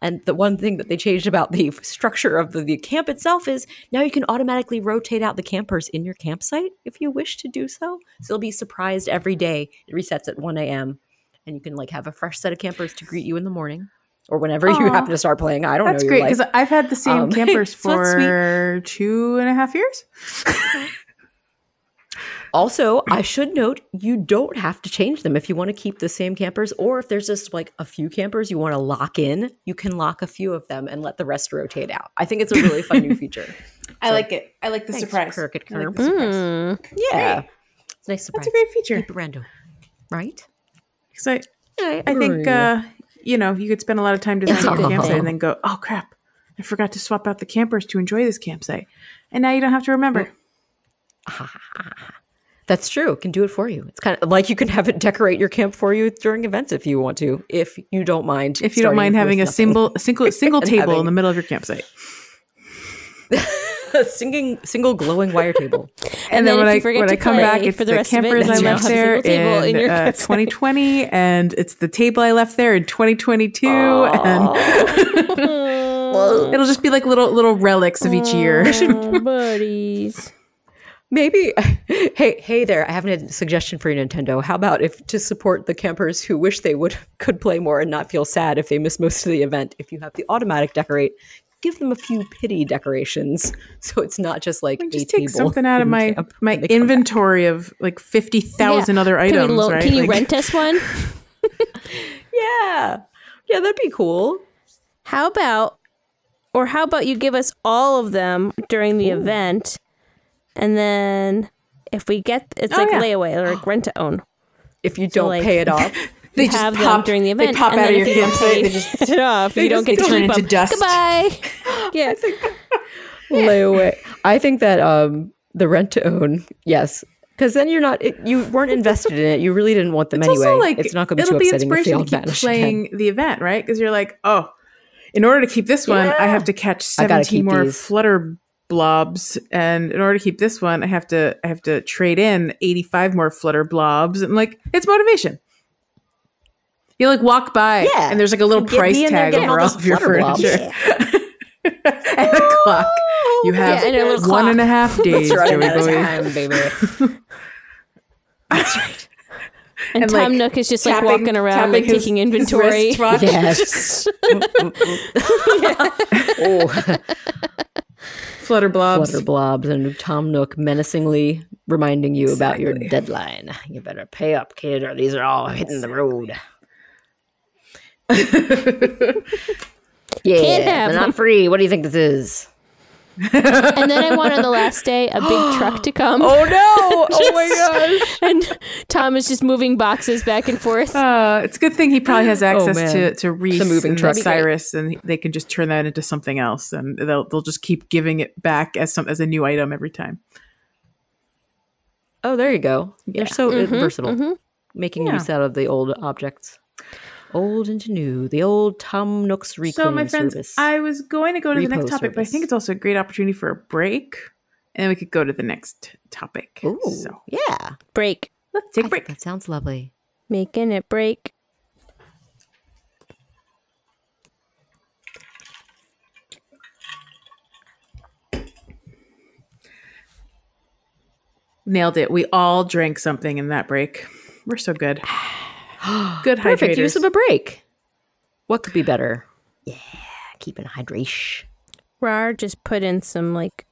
S3: and the one thing that they changed about the structure of the, the camp itself is now you can automatically rotate out the campers in your campsite if you wish to do so. So you'll be surprised every day. It resets at 1 a.m. And you can like have a fresh set of campers to greet you in the morning or whenever you
S2: Aw.
S3: happen to start playing. I don't
S2: That's
S3: know.
S2: great
S3: your life.
S2: because I've had the same
S3: Um,
S2: campers
S3: so that's
S2: for two and a half years.
S3: Also, I should note you don't have to change them if you want to keep the same campers, or if there's just like a few campers you want to lock in, you can lock a few of them and let the rest rotate out. I think it's a really fun new feature.
S2: I
S3: So-
S2: like it. I like the
S3: Thanks,
S2: surprise.
S3: Cricket
S2: I like
S3: Curb.
S2: the surprise.
S3: Hmm. Yeah,
S2: Great.
S3: it's a nice surprise.
S2: That's a great feature.
S3: Keep it random, right?
S2: Because I, I, I think uh, you know you could spend a lot of time designing
S3: It's
S2: the
S3: all-
S2: campsite and then go, oh crap, I forgot to swap out the campers to enjoy this campsite, and now you don't have to remember.
S3: That's true. It can do it for you. It's kind of like you can have it decorate your camp for you during events if you want to, if you don't mind.
S2: If you don't
S3: starting
S2: mind
S3: with
S2: having a
S3: nothing.
S2: single single single
S3: And
S2: table in
S3: having-
S2: the middle of your campsite,
S3: a singing, single glowing wire table.
S1: And then if you forget
S2: when
S1: to
S2: I come
S1: play
S2: back, it's
S1: for the
S2: the,
S1: rest of it,
S2: campers
S1: then
S2: I
S1: you
S2: left
S1: have a
S2: there
S1: single table
S2: in,
S1: in your
S2: uh,
S1: campsite.
S2: 2020, and it's the table I left there in 2022, and it'll just be like little little relics of each year.
S1: buddies.
S3: Maybe, hey, hey there! I have a suggestion for you, Nintendo. How about if to support the campers who wish they would could play more and not feel sad if they miss most of the event? If you have the automatic decorate, give them a few pity decorations, so it's not just like a
S2: just take
S3: table
S2: something out of
S3: in
S2: my
S3: camp
S2: my
S3: when they come back.
S2: inventory of like fifty thousand other
S1: Can,
S2: items.
S1: we lo-
S2: right?
S1: can you
S2: Like-
S1: rent us one?
S3: Yeah, yeah, that'd be cool.
S1: How about, or how about you give us all of them during the event, and then if we get, it's like
S2: Oh, yeah.
S1: layaway or like rent to own.
S3: if you don't
S1: like-
S3: pay it off.
S1: They just have them during the event,
S2: They pop
S1: and
S2: out
S1: then
S2: of
S1: if
S2: your
S1: you don't
S2: campsite.
S1: pay-
S2: They just
S1: Cut it off.
S2: They
S1: you don't get
S2: just-
S1: to
S2: they turn
S1: keep
S2: into
S1: them.
S2: dust.
S1: Goodbye. yeah.
S3: layaway. I think that um, the rent to own, yes, because then you're not it, you weren't invested in it. You really didn't want them
S2: it's
S3: anyway.
S2: also like
S3: it's not going to be
S2: it'll
S3: too
S2: be
S3: upsetting if they
S2: inspiration
S3: all
S2: to keep
S3: vanish again.
S2: playing the event, right? Because you're like, oh, in order to keep this one, I have to catch
S3: I gotta
S2: seventeen
S3: keep
S2: more
S3: these.
S2: flutter blobs, and in order to keep this one, I have to I have to trade in eighty five more flutter blobs, and like it's motivation. You like walk by,
S3: Yeah.
S2: and there's like a little
S3: You get-
S2: price
S3: be in there
S2: tag
S3: getting
S2: over
S3: all
S2: all
S3: those
S2: of your
S3: flutter blobs.
S2: furniture, and a clock. You have
S1: Yeah, and a little
S2: one and a
S1: clock.
S2: half days,
S3: It's running out of
S2: Joey Boy.
S3: time, baby.
S1: And,
S2: And,
S1: Tom
S2: like,
S1: Nook is just like
S2: tapping-
S1: walking around,
S2: tapping
S1: like
S2: his-
S1: taking
S2: his
S1: inventory.
S2: wristwatch.
S3: Yes. oh,
S2: Flutter blobs.
S3: flutter blobs and Tom Nook menacingly reminding you about your deadline. You better pay up, kid, or these are all hitting the road.
S1: Can't
S3: Yeah,
S1: have
S3: they're
S1: them.
S3: not free. What do you think this is?
S1: and then I want on the last day a big truck to come.
S3: Oh no! oh my gosh!
S1: And Tom is just moving boxes back and forth.
S2: Uh, it's a good thing he probably has access
S3: man.
S2: Oh, to to Reese
S3: The moving
S2: and
S3: truck.
S2: Cyrus, and they can just turn that into something else, and they'll they'll just keep giving it back as some as a new item every time.
S3: Oh, there you go. They're so uh, versatile,
S1: mhm.
S3: making
S2: Yeah.
S3: use out of the old objects, old into new. The old Tom Nook's reclaim
S2: so, my friends,
S3: service.
S2: I was going to go to the next
S3: Repo
S2: topic, but I
S3: service.
S2: think it's also a great opportunity for a break, and we could go to the next topic.
S3: Ooh,
S2: So
S3: yeah.
S1: Break.
S3: I
S2: let's take a
S3: think
S2: break.
S3: That sounds lovely.
S1: Making it break.
S2: Nailed it. We all drank something in that break. We're so good. good
S3: Perfect use
S2: hydrators.
S3: of a break. What could be better? Yeah, keeping hydration.
S1: Rar just put in some like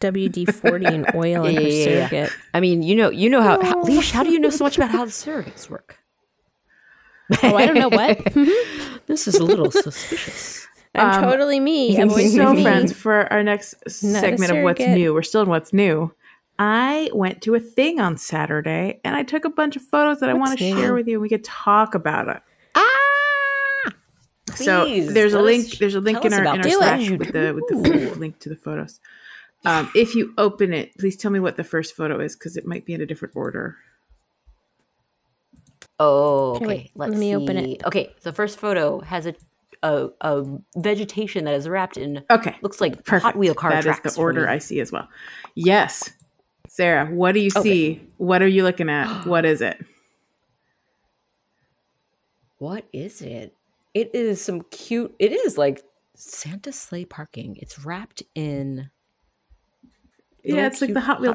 S1: WD forty and oil in
S3: Yeah,
S1: her
S3: yeah, yeah, yeah.
S1: surrogate.
S3: Oh, I mean, you know, you know how, how Leash. How do you know so much about how the surrogates work?
S1: Oh, I don't know what.
S3: This is a little suspicious.
S1: I'm
S2: Um,
S1: totally me. I'm always
S2: so
S1: me.
S2: friends for our next
S1: Not a
S2: segment of what's
S1: surrogate.
S2: new we're still in what's new i went to a thing on saturday and i took a bunch of photos that i want
S1: What's
S2: to
S1: new?
S2: share with you and we could talk about it so
S3: Please,
S2: there's a
S3: let
S2: link
S3: us-
S2: there's a link
S3: tell
S2: in
S3: us
S2: our,
S3: about
S2: in our
S1: this. Do
S2: slash
S3: it.
S2: with the with the link to the photos um, if you open it please tell me what the first photo is because it might be in a different order
S1: Okay,
S3: Oh, okay.
S1: wait, let
S3: Let's
S1: me
S3: see.
S1: open it.
S3: Okay, the first photo has a, a a vegetation that is wrapped in
S2: okay
S3: looks like
S2: perfect
S3: Hot Wheel car
S2: That is
S3: tracks.
S2: the
S3: for
S2: order
S3: me.
S2: i see as well yes sarah what do you see what are you looking at what is it
S3: What is it? It is some cute. It is like Santa sleigh parking. It's wrapped in.
S2: Yeah,
S3: little
S2: it's like the
S3: cute
S2: Hot Wheel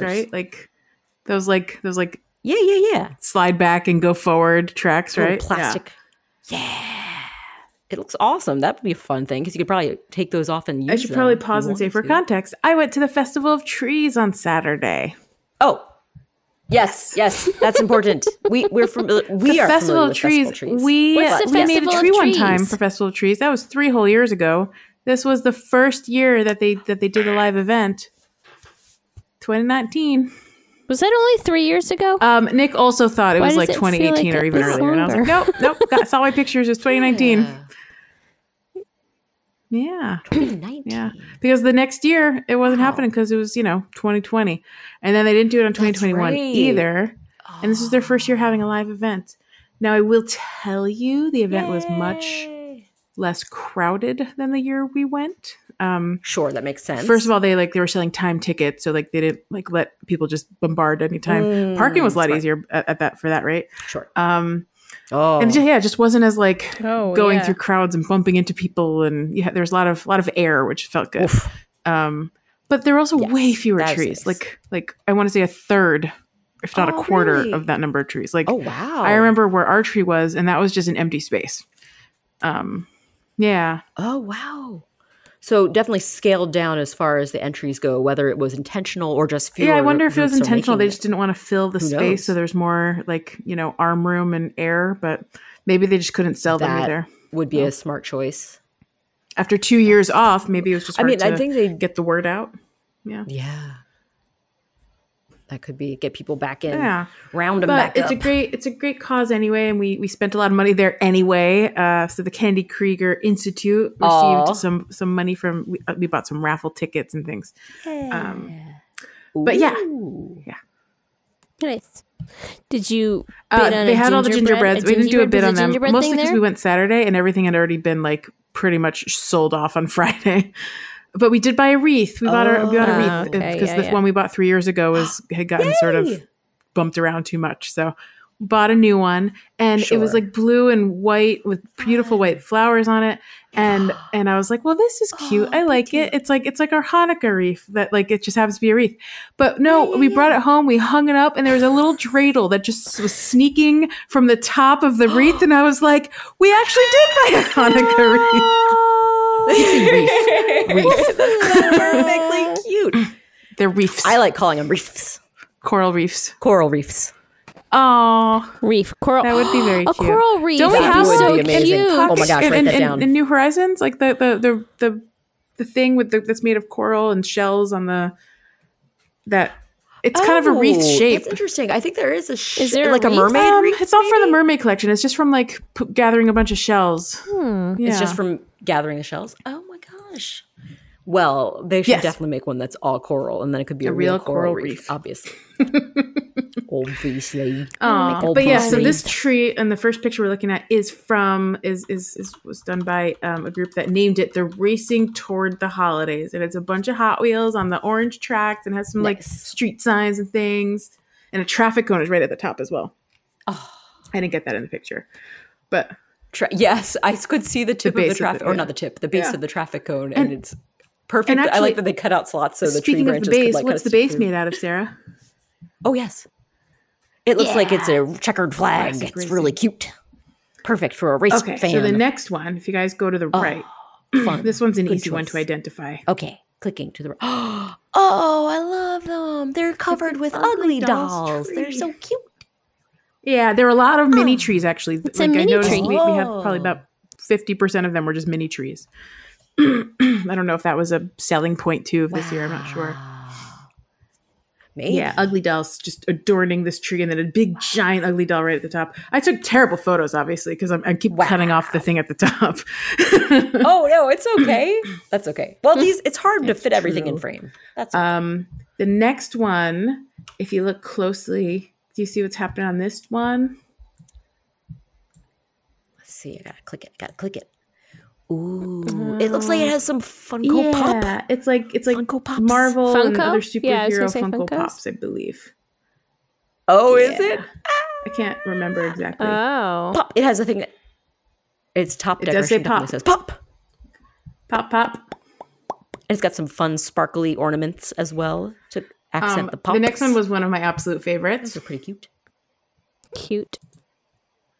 S3: cars.
S2: right? Like those, like those, like
S3: Yeah, yeah, yeah.
S2: slide back and go forward tracks,
S3: Little
S2: right? Yeah.
S3: Plastic. Yeah. It looks awesome. That would be a fun thing because you could probably take those off and use.
S2: I should
S3: them
S2: probably
S3: if uh, you
S2: pause and say
S3: wanted
S2: for
S3: to.
S2: context, I went to the Festival of Trees on Saturday.
S3: Oh. Yes, yes, that's important. we we're familiar. We
S2: the
S3: are familiar
S2: Festival of
S3: with
S2: Trees.
S3: Festival trees.
S2: We
S1: What's the
S2: we made a
S1: Festival of
S2: tree one
S1: Trees?
S2: time for Festival of Trees. That was three whole years ago. This was the first year that they that they did the live event. 2019.
S1: Was that only three years ago?
S2: Um, Nick also thought it
S1: Why
S2: was
S1: does
S2: like
S1: it feel like
S2: 2018 or
S1: it
S2: even
S1: was
S2: earlier, and I was like, nope, nope. Got, saw my pictures. It's 2019. yeah. Yeah, because the next year it wasn't happening because it was you know 2020, and then they didn't do it on 2021
S3: right.
S2: either. And this is their first year having a live event. Now I will tell you, the event was much less crowded than the year we went. Um,
S3: Sure, that makes sense.
S2: first of all, they like they were selling time tickets, so like they didn't like let people just bombard any time. Parking
S1: Mm,
S2: was a lot easier at, at that for that rate.
S3: sure.
S2: Um,
S3: Oh,
S2: and ju- yeah, it just wasn't as like
S1: oh,
S2: going through crowds and bumping into people and yeah, there was a lot of lot of air which felt good.
S3: Oof.
S2: Um but there were also
S3: Yes,
S2: way fewer
S3: that is
S2: trees.
S3: nice.
S2: Like like I want to say a third if not
S3: Oh,
S2: a quarter
S3: really?
S2: of that number of trees. Like
S3: oh wow.
S2: I remember where our tree was and that was just an empty space. Um yeah.
S3: Oh wow. So definitely scaled down as far as the entries go, whether it was intentional or just fewer.
S2: yeah, I wonder if it was
S3: groups are
S2: intentional. They
S3: making
S2: just didn't want to fill the
S3: Who
S2: space
S3: knows?
S2: so there's more like, you know, arm room and air, but maybe they just couldn't sell them
S3: That-
S2: either.
S3: it. would be a smart choice.
S2: After 2 years off, maybe it was just
S3: I
S2: hard
S3: mean, I
S2: to
S3: think they.
S2: get the word out. Yeah.
S3: Yeah. that could be get people back in,
S2: Yeah.
S3: round them
S2: But
S3: back
S2: it's
S3: up.
S2: a great it's a great cause anyway, and we we spent a lot of money there anyway. Uh, so the Candy Krieger Institute received
S3: Aw.
S2: some some money from we, uh, we bought some raffle tickets and things. um,
S3: Yeah.
S2: but yeah.
S3: Ooh.
S1: Nice. Did you?
S2: Uh,
S1: Bid on
S2: they
S1: a
S2: had all the
S1: gingerbread-
S2: gingerbreads.
S1: a
S2: we didn't do a
S1: gingerbread-
S2: bid
S1: was
S2: on
S1: a
S2: them
S1: gingerbread
S2: mostly
S1: thing
S2: because
S1: there?
S2: we went Saturday and everything had already been like pretty much sold off on Friday. But we did buy a wreath. We bought a we bought a
S3: Oh.
S2: wreath because
S1: Okay, yeah,
S2: the
S1: yeah.
S2: one we bought three years ago was had gotten sort of
S3: Yay!
S2: bumped around too much. So bought a new one and it was
S3: Sure.
S2: like blue and white with beautiful white flowers on it and and I was like, well, this is cute.
S3: Oh,
S2: I like it. It's like it's like our Hanukkah wreath that like it just happens to be a wreath. But no,
S3: yeah,
S2: we
S3: Oh, yeah.
S2: brought it home. We hung it up, and there was a little dreidel that just was sneaking from the top of the wreath. And I was like, we actually did buy a Hanukkah wreath.
S3: Reef. Reef. That's perfectly cute.
S2: They're reefs,
S3: I like calling them reefs,
S2: coral reefs.
S3: coral reefs.
S2: Oh,
S1: Reef coral.
S2: that would be very
S1: a
S2: cute.
S1: coral reef.
S2: Don't we
S1: That'd
S2: have
S1: be
S2: one?
S1: so
S2: Would
S3: be amazing.
S1: cute?
S3: Oh my gosh,
S2: and,
S3: write
S2: and,
S3: that
S2: and-
S3: down.
S2: and New Horizons, like the the the the, the thing with the, that's made of coral and shells on the that it's kind of a wreath
S3: Oh,
S2: shape.
S3: That's interesting. I think there is a sh-
S1: Is there a
S3: like a,
S1: wreath?
S3: mermaid
S2: Um,
S3: wreath?
S2: it's not from the mermaid collection. It's just from like p- gathering a bunch of shells.
S1: Hmm.
S2: Yeah.
S3: It's just from gathering the shells. Oh my gosh. Well, they should
S2: Yes.
S3: definitely make one that's all coral, and then it could be a,
S2: A
S3: real,
S2: real
S3: coral
S2: coral
S3: reef,
S2: reef.
S3: obviously. obviously.
S2: Aw,
S3: God.
S2: but yeah,
S3: Old
S2: so this
S3: Parsley.
S2: tree and the first picture we're looking at is from is is, is was done by um, a group that named it the Racing Toward the Holidays, and it's a bunch of Hot Wheels on the orange tracks and has some like
S3: Nice.
S2: street signs and things, and a traffic cone is right at the top as well.
S3: Oh.
S2: I didn't get that in the picture, but
S3: Tra- yes, I could see the tip of
S2: base
S3: the
S2: of
S3: traffic,
S2: it,
S3: or
S2: yeah.
S3: not the tip, the base
S2: Yeah.
S3: of the traffic cone, and, it's perfect.
S2: and
S3: I like
S2: actually-
S3: that they cut out slots so the tree
S2: speaking of
S3: branches
S2: the
S3: could
S2: base,
S3: like
S2: what's
S3: kinda
S2: the base
S3: stick through.
S2: made out of, Sarah?
S3: Oh yes, it looks like it's a checkered flag.
S2: Classic
S3: it's really cute, perfect for a race
S2: Okay,
S3: fan.
S2: so the next one, if you guys go to the
S3: Oh,
S2: right,
S3: fun.
S2: this one's an
S3: Good
S2: easy one to
S3: choice.
S2: identify.
S3: Okay, clicking to the right. Oh, I love them. They're covered with ugly
S2: ugly doll's
S3: dolls. They're
S2: tree.
S3: so cute.
S2: Yeah, there are a lot of mini
S3: Oh.
S2: trees actually.
S1: It's a mini tree.
S2: We, we have
S3: Oh.
S2: probably about fifty percent of them were just mini trees. I don't know if that was a selling point too of this year. I'm not sure.
S3: Wow. Maybe.
S2: Yeah, ugly dolls just adorning this tree, and then a big giant ugly doll right at the top. I took terrible photos, obviously, because I keep cutting off the thing at the top.
S3: Oh no, it's okay. That's okay. Well, these it's hard to fit everything in
S2: true.
S3: frame. That's
S2: um, the next one, if you look closely, do you see what's happening on this one?
S3: Let's see, I gotta click it. I gotta click it. Ooh, it looks like it has some Funko Pop.
S2: uh, yeah, it's like it's like
S3: Funko Pops.
S2: Marvel and
S1: Funko?
S2: other
S1: Yeah, I
S2: superhero
S1: was gonna say
S2: Funko
S1: Funkos.
S2: Pops, I believe.
S3: Oh, is it?
S2: Yeah. I can't remember exactly.
S3: Uh,
S1: Oh.
S3: Pop. It has a thing that it's top
S2: It
S3: decoration.
S2: does say
S3: definitely
S2: Pop.
S3: says pop.
S2: pop, pop.
S3: And it's got some fun sparkly ornaments as well to accent
S2: Um,
S3: the pop.
S2: the next one was one of my absolute favorites.
S3: Those are pretty cute.
S1: Cute.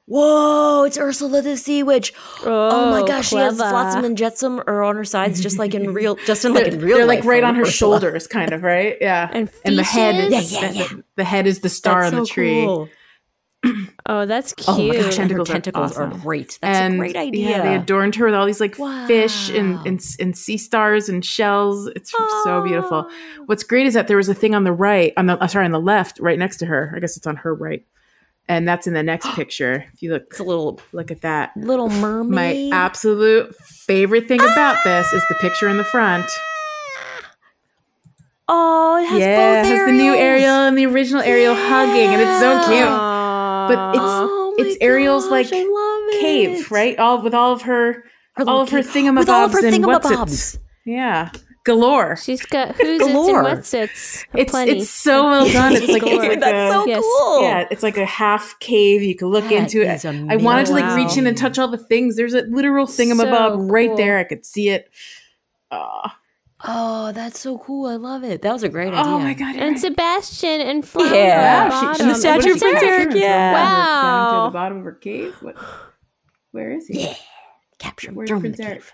S3: Whoa, it's Ursula the Sea Witch.
S1: Oh,
S3: Oh, my gosh, she has
S1: clever.
S3: flotsam and jetsam are on her sides, just like in real, just in like in real.
S2: They're like
S3: life
S2: right
S3: from
S2: on her
S3: Ursula.
S2: shoulders, kind of right, yeah.
S1: And
S2: the head,
S1: fishes?
S2: is,
S3: Yeah, yeah,
S2: the-
S3: yeah.
S2: The, the head is the star
S3: That's
S2: on the
S3: so
S2: tree.
S3: cool.
S1: Oh, that's cute.
S3: Oh my gosh, and her
S2: Tentacles are
S3: tentacles are,
S2: awesome.
S3: great. That's
S2: And
S3: a great idea.
S2: yeah, they adorned her with all these like fish and,
S3: Wow.
S2: and and sea stars and shells. It's so beautiful. What's great is that there was a thing on the right, on the uh, sorry, on the left, right next to her. I guess it's on her right, and that's in the next picture. If you look
S3: It's a little
S2: look at that,
S3: little
S2: My
S3: mermaid.
S2: absolute favorite thing about this is the picture in the front.
S3: Oh, it has
S2: yeah,
S3: both
S2: it has the new Ariel
S3: Ariels.
S2: and the original Ariel hugging, and it's so cute.
S1: But
S2: it's-
S3: Oh my
S2: It's Ariel's,
S3: gosh,
S2: like,
S3: I love
S2: Cave,
S3: it.
S2: right? All with all of her,
S3: Her little
S2: all of her
S3: cave.
S2: thingamabobs
S3: With all of her
S2: and
S3: thingamabobs.
S2: what's it? Yeah, galore.
S1: she's got who's it's
S3: Galore.
S1: and what's it's
S2: It's
S1: plenty.
S2: it's so well done. It's like it's
S1: Galore.
S2: like
S3: that's
S2: a
S3: so
S1: Yes.
S3: cool.
S2: yeah, it's like a half cave. You can look
S3: That
S2: into it.
S3: is
S2: I wanted to like
S1: amazing.
S2: reach in and touch all the things. There's a literal thingamabob
S1: So
S2: right
S1: cool.
S2: there. I could see it. Aw.
S3: Oh, that's so cool. I love it. That was a great idea.
S2: oh my god! it
S1: and Sebastian and Flower
S3: Yeah.
S1: yeah.
S2: Wow, she-
S3: And the
S2: she- what
S3: Statue
S2: is
S3: of Prince
S2: that?
S3: Eric,
S2: Down
S3: yeah.
S2: to- Down
S1: Wow.
S2: to the bottom of her cave. What? Where is he?
S3: Yeah. Capture him.
S2: Where's
S3: Throw him in
S2: Prince
S3: the
S2: Eric?
S3: cave.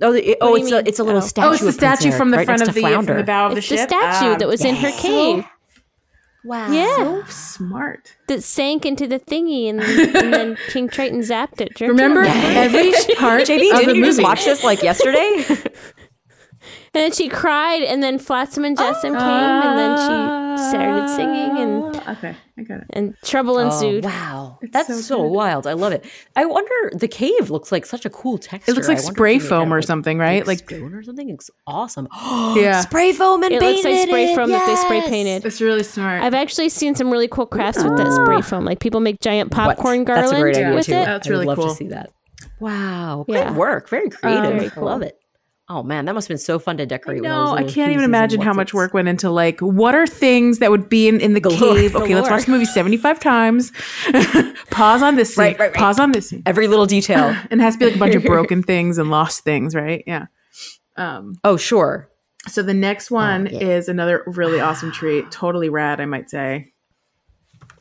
S3: Oh, the, oh,
S1: What do you
S3: it's a,
S1: mean?
S3: it's a little
S1: Oh.
S3: statue.
S2: oh, it's the
S3: of Prince
S2: statue from the
S3: Eric, right
S2: front
S3: next
S2: of the
S3: to
S2: from the
S3: Flounder.
S2: bow of
S1: It's
S2: the
S1: the
S2: ship.
S1: statue
S2: Um,
S1: that was in her
S3: yes. uh-huh.
S1: cave
S3: Wow.
S1: Yeah.
S2: smart.
S1: that sank into the thingy, and, and then King Triton zapped it. Do you
S2: Remember
S1: that?
S2: every part
S3: JB,
S2: of
S3: didn't
S2: the
S3: you just
S2: movie.
S3: watch this like yesterday? Oh,
S1: And then she cried, and then Flotsam and Jetsam came, and then she started singing and
S2: Oh, okay, I got it.
S1: and trouble ensued.
S3: Oh, wow,
S2: It's
S3: that's
S2: so
S3: so,
S2: good.
S3: wild. I love it. I wonder. The cave looks like such a cool texture.
S2: It looks like
S3: I wonder if
S2: spray
S3: they made
S2: foam
S3: out
S2: or
S3: of,
S2: something, right?
S3: Like
S2: Like
S3: stone or something. It's awesome.
S2: Yeah.
S3: spray foam and
S1: It looks like
S3: painted
S1: spray
S3: it.
S1: foam that they spray
S3: Yes.
S1: painted.
S2: it's really smart.
S1: I've actually seen some really cool crafts with that spray foam. Like people make giant
S3: Ah. What?
S1: popcorn
S3: That's a
S1: garland
S3: great idea
S1: with
S3: too.
S1: it.
S2: That's
S3: I would
S2: really
S3: love
S2: cool.
S3: to see that. Wow,
S1: Yeah.
S3: good work. Very creative.
S1: Very
S3: I love it. Oh man, that must have been so fun to decorate. with all
S2: no,
S3: those
S2: I
S3: little
S2: can't
S3: pieces
S2: even
S3: and
S2: imagine how
S3: what's
S2: much
S3: it.
S2: work went into like what are things that would be in, in the
S3: Galore.
S2: cave. Okay, let's watch the movie seventy five times. Pause on this scene.
S3: Right, right, right.
S2: Pause on this scene.
S3: Every little detail.
S2: And it has to be like a bunch of broken things and lost things, right? Yeah. Um,
S3: oh sure.
S2: So the next one
S3: yeah.
S2: is another really awesome treat. Totally rad, I might say.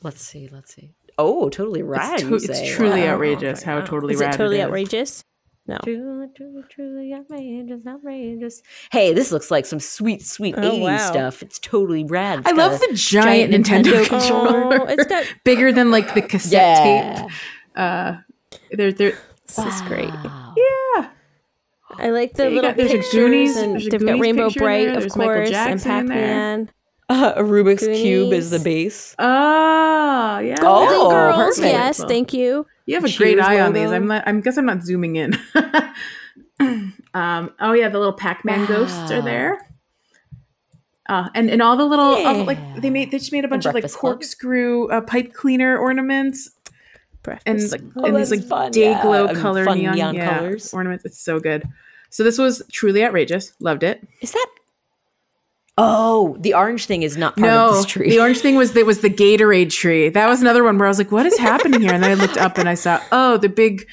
S3: Let's see. Let's see. Oh, totally rad.
S2: it's,
S3: you
S2: to- it's
S3: say.
S2: truly
S3: Wow.
S2: outrageous how
S3: Wow.
S2: totally
S1: Is
S2: rad.
S1: it totally
S2: is.
S1: outrageous? No.
S3: Truly, truly, truly outrageous, outrageous. Hey, this looks like some sweet, sweet
S1: Oh,
S3: 80s
S1: wow.
S3: stuff. It's totally rad. It's
S2: I
S3: got
S2: love
S3: a-
S2: the giant,
S3: giant
S2: Nintendo,
S3: Nintendo
S2: controller.
S1: Oh, it's got
S2: bigger than like the cassette
S3: yeah.
S2: tape. Uh, there, there.
S1: this is great.
S3: Wow.
S2: Yeah,
S1: I like the
S2: Yeah, you
S1: little
S2: got- there's a
S1: pictures
S2: Goonies-
S1: and
S2: there's a
S1: they've got
S2: Goonies
S1: Rainbow
S2: picture in
S1: Bright,
S2: there,
S1: of
S2: there's Michael
S1: course, and
S2: Jackson in there.
S1: Pac-Man.
S3: Uh, a Rubik's Cube is the
S1: Goonies.
S3: base.
S2: Oh, yeah.
S3: Golden
S1: Golden
S3: Oh,
S1: Girls,
S3: perfect.
S1: yes, thank you.
S2: You have a
S3: Cheers
S2: great eye on
S3: logo.
S2: these. I'm not. I'm guess I'm not zooming in. um. Oh yeah, the little Pac-Man ghosts are
S3: Wow.
S2: there. Uh, and and all the little all the,
S3: Yeah.
S2: like they made they just made a bunch of like
S3: breakfast club.
S2: corkscrew uh, pipe cleaner ornaments and
S1: Breakfast.
S2: like
S1: Club.
S2: and these
S3: that's
S2: like
S3: fun,
S2: day
S3: yeah.
S2: glow
S3: And
S2: color
S3: fun
S2: neon,
S3: neon
S2: yeah,
S3: colors.
S2: ornaments. It's so good. So this was truly outrageous. Loved it.
S3: Is that? Oh, the orange thing is not part of
S2: No,
S3: this tree.
S2: the orange thing was that was the Gatorade tree. That was another one where I was like, "What is happening here?" And then I looked up and I saw, "Oh, the big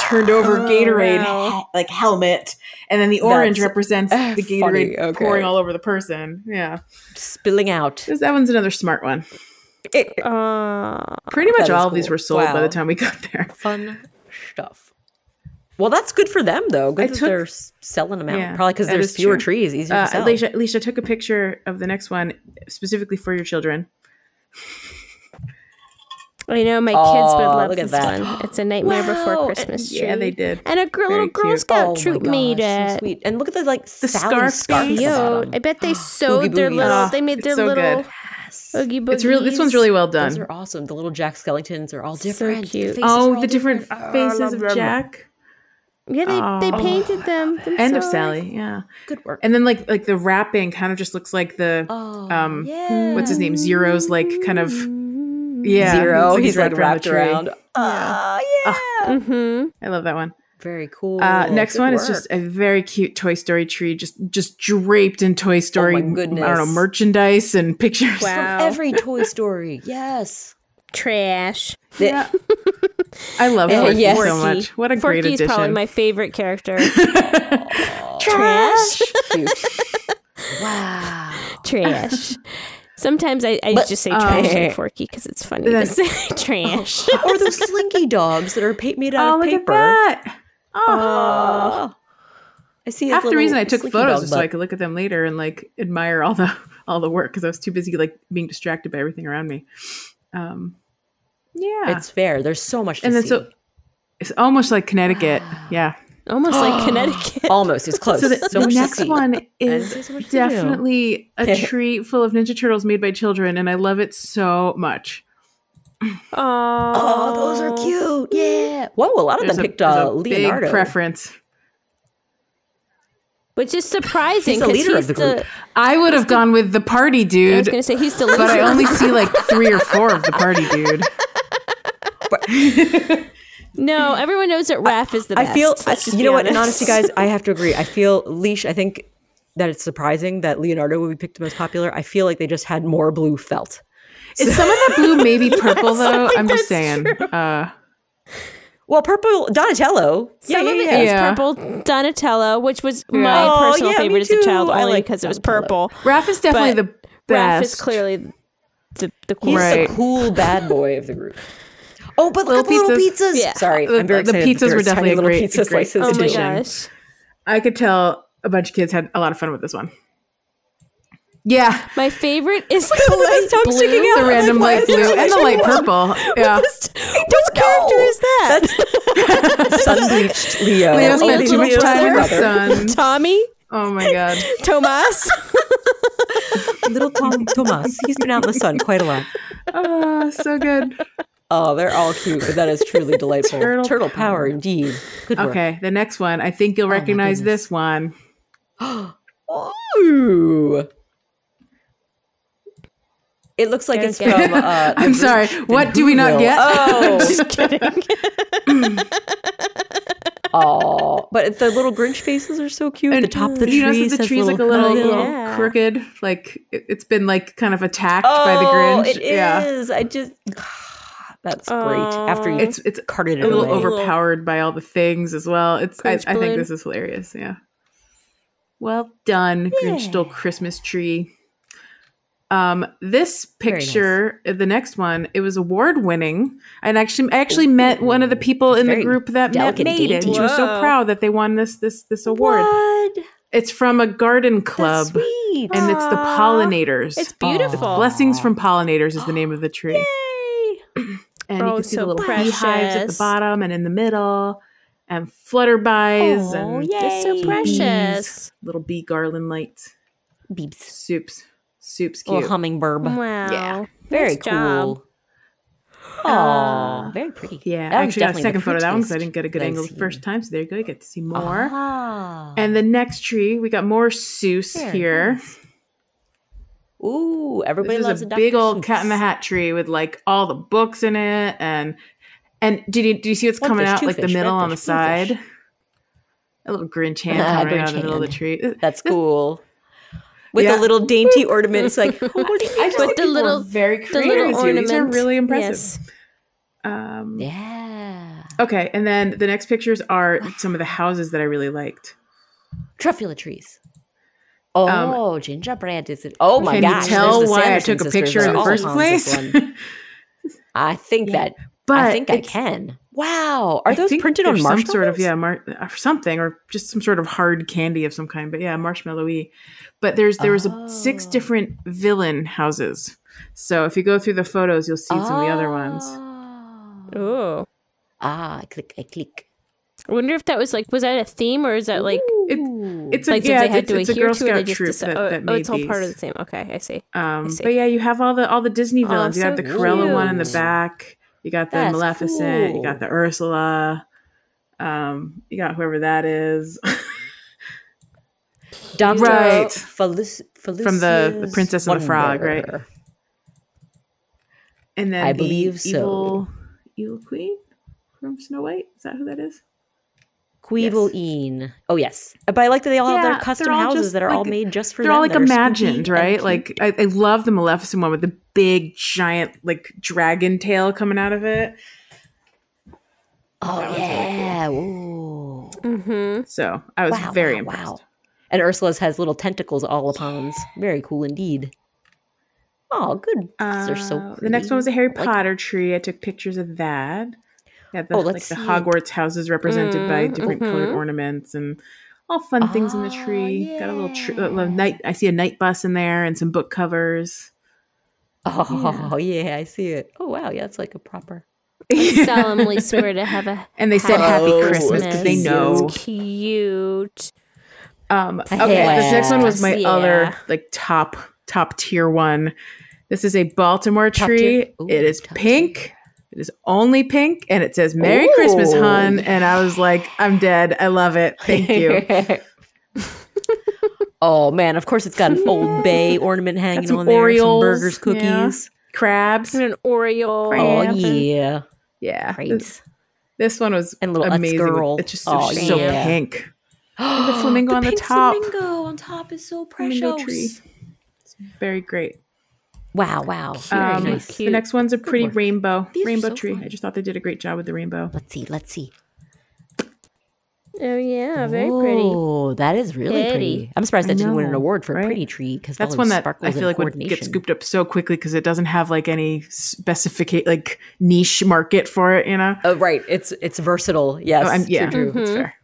S2: turned over Gatorade he- like helmet." And then the orange
S3: Oh, That's,
S2: represents
S3: uh,
S2: the Gatorade
S3: funny, okay.
S2: pouring all over the person. Yeah,
S3: spilling out.
S2: This- that one's another smart one. uh,
S1: Aw.
S2: Pretty much
S3: That is
S2: all of these
S3: cool.
S2: were sold by
S3: Wow.
S2: the time we got there.
S3: Fun stuff. Well, that's good for them though. Good
S2: I
S3: that
S2: took-
S3: they're s- selling them out.
S2: Yeah,
S3: Probably because
S2: that
S3: there's
S2: is
S3: fewer
S2: true.
S3: trees, easier
S2: Uh,
S3: to sell.
S2: Alicia, Alicia took a picture of the next one specifically for your children.
S1: I know my
S3: Aw,
S1: kids
S2: Oh,
S1: would love
S3: look at
S1: this
S3: that.
S1: one. It's a Nightmare
S3: Wow,
S1: Before Christmas tree.
S2: Yeah, they did.
S1: And a girl,
S2: Very
S1: little Girl
S2: cute. Oh
S1: Scout
S3: oh my
S1: troop
S3: gosh,
S1: made
S3: so
S1: it.
S3: sweet. And look at the like
S2: The
S3: salad
S2: scarf
S3: scarf
S2: base.
S3: at the
S1: Yo,
S3: bottom.
S1: I bet they sewed their
S3: boogies.
S1: little.
S2: Ah,
S1: they made
S2: it's
S1: their
S2: so
S1: little
S2: good.
S3: Yes.
S1: oogie boogies.
S2: It's real. This one's really well done.
S3: Those are awesome. The little Jack Skeletons are all
S1: So
S3: different.
S1: cute.
S3: The faces are
S2: oh,
S3: all
S2: the different, faces of Jack.
S1: Yeah, they, they
S2: Aw.
S1: painted them.
S2: End of
S1: themselves.
S2: Sally. Yeah.
S3: Good work.
S2: And then like like the wrapping kind of just looks like the
S3: oh,
S2: um,
S3: yeah.
S2: what's his name? Zero's like kind of yeah.
S3: Zero.
S2: looks
S3: he's like wrapped
S2: the tree.
S3: around. Ah, yeah.
S1: Mm-hmm.
S2: I love that one.
S3: Very cool.
S2: Uh, next
S3: Good
S2: one is
S3: work.
S2: just a very cute Toy Story tree, just just draped in Toy Story. I don't know
S3: Oh goodness.
S2: merchandise and pictures.
S1: Wow.
S3: every Toy Story. Yes.
S1: Trash.
S3: The-
S2: Yeah. I love
S3: Oh,
S2: Forky
S3: yes.
S2: so much. What a great
S1: Forky's
S2: addition.
S1: probably my favorite character.
S3: Trash. Cute. wow.
S1: trash. Sometimes I, I
S3: But-
S1: just say trash
S3: Oh.
S1: and Forky because it's funny
S2: Then-
S1: to say trash.
S3: Or those slinky dogs that are pa- made out
S2: oh,
S3: of
S2: look at
S3: paper.
S2: that. Oh.
S3: Oh. I see. his
S2: Half the
S3: little
S2: reason I took
S3: slinky
S2: photos
S3: dog
S2: was so I
S3: butt.
S2: could look at them later and like admire all the all the work because I was too busy like being distracted by everything around me. Um, yeah,
S3: It's fair. There's so much to
S2: and then
S3: see.
S2: so it's almost like Connecticut. Yeah.
S1: Almost like Connecticut.
S3: Almost. It's close.
S2: So the,
S3: so
S2: the
S3: much to
S2: next
S3: see.
S2: one
S3: there's
S2: is
S3: so much to do.
S2: definitely a treat full of Ninja Turtles made by children, and I love it so much.
S1: Oh,
S3: Oh, those are cute. Yeah. Whoa, a lot of
S2: There's
S3: them
S2: a-
S3: picked uh,
S2: there's a big
S3: Leonardo.
S2: preference.
S1: Which is surprising
S3: He's the
S1: because he's,
S3: leader of the group.
S1: the.
S2: I would have gone with the party
S1: I was
S2: dude,
S1: going to say he's the leader.
S2: but I only see like three or four of the party dude.
S1: no, everyone knows that Raph is the best.
S3: I feel
S1: Let's just
S3: you
S1: be
S3: know what, and
S1: honest.
S3: honestly, guys, I have to agree. I feel leash. I think that it's surprising that Leonardo would be picked the most popular. I feel like they just had more blue felt.
S2: Is some of that blue maybe purple though? I'm just saying. Uh,
S3: Well, purple Donatello. Yeah,
S1: Some
S3: yeah,
S1: of it
S3: yeah.
S1: is
S2: Yeah.
S1: purple Donatello, which was my
S3: Oh,
S1: personal
S3: yeah, me
S1: favorite as a
S3: too.
S1: child,
S3: I
S1: only
S3: like
S1: because it was
S3: Donatello.
S1: purple.
S2: Raph is definitely
S1: But
S2: the best.
S1: Raph is clearly the the
S3: He's
S1: coolest.
S2: Right.
S3: the cool bad boy of the group. Oh, but look
S2: Little
S3: at the
S2: pizzas.
S3: little pizzas.
S1: Yeah.
S3: Sorry,
S2: The-
S3: I'm very
S2: the
S3: excited that
S2: pizzas were
S3: there's
S2: definitely a
S3: tiny little
S2: great-
S3: pizza
S2: a great
S3: slices.
S1: Oh my
S3: addition.
S1: gosh!
S2: I could tell a bunch of kids had a lot of fun with this one. Yeah.
S1: My favorite is the
S3: at his
S1: light
S3: tongue
S1: blue.
S3: sticking out.
S2: The
S3: I'm like,
S2: random
S3: why
S2: light
S3: is it
S2: blue
S3: so
S2: and the
S3: much
S2: light
S3: blue?
S2: purple. Yeah.
S1: Whose character is that?
S3: That's sunbleached Leo.
S2: Leo
S3: Oh,
S2: spent
S3: his
S2: too much
S3: little
S2: time in the
S3: brother.
S2: sun.
S1: Tommy,
S2: Oh my god.
S1: Tomas.
S3: Little Tom Thomas. He's been out in the sun quite a lot.
S2: Oh, so good.
S3: Oh, they're all cute, but that is truly delightful.
S2: Turtle
S3: Turtle, power.
S2: power.
S3: indeed. Good work.
S2: Okay, the next one. I think you'll
S3: my
S2: recognize
S3: goodness.
S2: this one.
S3: Ooh. It looks like it's
S1: There's-
S3: from. Uh,
S2: I'm
S3: the
S2: sorry.
S3: Grinch and
S2: What do we
S3: Whoville.
S2: not get?
S3: Oh,
S1: Just kidding.
S3: aw. but the little Grinch faces are so cute. the
S2: And
S3: top of the tree.
S2: you notice that the
S3: says
S2: tree's like a
S3: Oh,
S2: little, little
S3: yeah.
S2: crooked, like it, it's been like kind of attacked
S3: Oh,
S2: by the Grinch.
S3: It is.
S2: Yeah,
S3: I just. That's great. After you
S1: Aw.
S2: it's it's
S3: carted it
S2: a little
S3: away.
S1: over-
S2: overpowered by all the things as well. It's I,
S1: Grinch
S2: I think
S1: balloon.
S2: this is hilarious. Yeah. Well done, Grinch stole
S3: Yeah.
S2: Christmas tree. Um, this
S3: Very nice.
S2: picture, uh, the next one, it was award winning, and actually, I actually met one of the people in the
S3: Very
S2: group that ma-
S3: delicate,
S2: made it. and She was so
S1: dainty.
S2: proud that they won this this this award.
S3: What? That's
S2: It's from a garden club,
S3: sweet.
S2: and it's the
S1: Aw.
S2: pollinators.
S1: It's beautiful.
S2: Blessings from pollinators is the name of the tree.
S3: Yay.
S2: And you
S1: Oh,
S2: can see
S1: so
S2: the little beehives at the
S1: precious.
S2: bottom and in the middle, and flutterbys
S3: Aw,
S2: and
S1: They're so
S3: yay.
S1: precious.
S2: little bee garland lights.
S3: Beeps.
S2: Soups, soups, cute.
S3: Little humming burb.
S1: Wow.
S2: Yeah.
S3: Very
S1: Nice job.
S3: cool. Oh,
S2: Uh,
S3: very pretty.
S2: yeah,
S3: That
S2: I
S3: was
S2: actually got
S3: definitely
S2: a
S3: the
S2: second photo of that one because I
S3: prettiest
S2: didn't get a good
S3: that I've
S2: angle the
S3: seen.
S2: first time. So there you go. You get to see more.
S3: Ah.
S2: And the next tree, we got more Seuss
S3: Very
S2: here.
S3: nice. ooh, everybody
S2: This is
S3: loves
S2: a
S3: Dr.
S2: big old
S3: Seuss.
S2: cat in the hat tree with like all the books in it, and and did you do you see what's
S3: One
S2: coming
S3: fish,
S2: out
S3: two
S2: like the
S3: fish,
S2: middle
S3: red
S2: on the
S3: fish, blue fish.
S2: side? A little Grinch hand coming out of
S3: Grinch
S2: the middle of the
S3: hand.
S2: tree. It-
S3: That's cool. With
S2: Yeah.
S3: the little dainty ornaments, like what do you
S2: I just
S1: But
S2: think
S1: the
S2: people are
S1: little-
S2: very
S1: The
S2: creative.
S1: little
S2: here. These are
S1: ornament.
S2: really impressive.
S1: Yes.
S2: Um,
S3: Yeah.
S2: Okay, and then the next pictures are some of the houses that I really liked.
S3: Truffula trees. Oh, gingerbread is it? Oh my
S2: Um, Can
S3: gosh!
S2: you
S3: there's
S2: tell
S3: the
S2: why
S3: Sanderson
S2: I took a
S3: sisters
S2: picture
S3: are
S2: in the
S3: all
S2: first
S3: on this
S2: place?
S3: one. I think
S1: Yeah.
S3: that
S2: but
S3: I think I
S2: it's-
S3: can. Wow, are those
S2: think
S3: printed on
S2: there's
S3: marshmallows?
S2: some sort of yeah mar- or something or just some sort of hard candy of some kind but yeah marshmallowy but there's there was a, six
S3: Oh.
S2: different villain houses so if you go through the photos you'll see some of the other ones
S3: Oh.
S1: Ooh.
S3: ones. Ah, I click, I click.
S1: I wonder if that was like, was that a theme or is that like,
S2: it's a,
S1: like
S2: yeah
S1: did they had
S2: it's,
S1: to
S2: it's a
S1: adhere
S2: girl
S1: to it? They
S2: scout
S1: just
S2: troop
S1: decide-
S2: that,
S1: oh,
S2: that made
S1: oh, it's all
S2: these.
S1: part of the same. Okay, I see.
S2: um
S1: see.
S2: but yeah you have all the all the disney
S1: Oh,
S2: villains you got
S1: so
S2: the cruella one in the
S3: cute.
S2: back you got the
S3: That's
S2: maleficent you got
S3: cool.
S2: the ursula um you got whoever that is
S3: Dr.
S2: Right.
S3: Felic-
S2: From the- the
S3: Felicia's
S2: Princess and the Frog, right?
S3: Wonder.
S2: And then
S3: I
S2: the
S3: believe so.
S2: evil, evil queen from Snow White. Is that who that is?
S3: Queevil-een. Oh yes, but I like that they all have
S2: Yeah,
S3: their custom
S2: they're all
S3: houses
S2: just,
S3: that are all
S2: like-
S3: made just for
S2: They're
S3: them.
S2: all like
S3: that are spooky
S2: imagined,
S3: and
S2: right?
S3: cute.
S2: Like I, I love the Maleficent one with the big giant like dragon tail coming out of it.
S3: oh
S2: that one's really cool.
S3: yeah, ooh.
S1: Mm-hmm.
S2: So I was
S3: Wow,
S2: very
S3: wow,
S2: impressed.
S3: wow. And Ursula's has little tentacles all upon. Very cool indeed. Oh, good. These are so
S2: Uh, the next one was a
S3: pretty.
S2: Harry
S3: I like-
S2: Potter tree. I took pictures of that. Yeah, the,
S3: Oh,
S2: like
S3: let's
S2: the
S3: see. mm-hmm.
S2: Hogwarts houses represented by
S1: Mm,
S2: different colored
S1: mhm.
S2: ornaments and all fun things in the
S3: Ah,
S2: tree. Got a little, tr- a little
S3: yeah.
S2: night. I see a night bus in there and some book covers.
S3: Oh yeah, I see it. Oh wow, yeah, it's like a proper.
S1: I solemnly swear to have a
S2: And they said Happy
S3: Hello,
S2: Christmas because they
S3: Christmas.
S2: know.
S1: It's cute.
S2: Um,
S3: I
S2: okay,
S3: hate
S2: this next one was my
S1: Christmas.
S2: other
S1: Yeah.
S2: like top top tier one. This is a Baltimore
S3: Top
S2: tree.
S3: tier? Ooh,
S2: it is
S3: top tier.
S2: pink. It is only pink, and it says "Merry Christmas,
S3: Ooh.
S2: hun." And I was like, "I'm dead. I love it. Thank you."
S3: oh man, of course it's got an old bay ornament hanging
S2: some
S3: on there,
S2: Orioles,
S3: some burgers,
S2: yeah.
S3: cookies.
S2: Crabs.
S1: And an Oreo.
S3: Oh
S2: Crabs.
S3: yeah,
S2: Yeah, this,
S3: crabs
S2: this one was
S3: and little
S2: amazing.
S3: Uts
S2: with-
S3: girl.
S2: It's just
S3: oh
S2: so
S1: yeah.
S2: pink.
S3: and
S2: the flamingo on the top.
S3: Flamingo on top is so precious.
S2: Flamingo tree. It's very great.
S3: Wow, wow, very
S2: Um,
S3: nice.
S2: The
S1: Cute.
S2: next one's a pretty
S3: work.
S2: rainbow
S3: These are
S2: rainbow
S3: so
S2: tree.
S3: fun.
S2: I just thought they did a great job with the rainbow.
S3: Let's see, let's see.
S1: Oh yeah, very pretty.
S3: Oh, that is really pretty.
S1: Pretty.
S3: I'm surprised
S2: I
S3: that didn't win an
S2: know,
S3: award for
S2: right?
S3: pretty tree because
S2: That's one that
S3: Oh, sparkles
S2: I feel like would get scooped up so quickly because it doesn't have like any specific like niche market for it. You know,
S3: Oh, right. It's it's versatile. Yes,
S2: Oh, I'm-
S3: true,
S2: yeah,
S3: true.
S2: it's fair.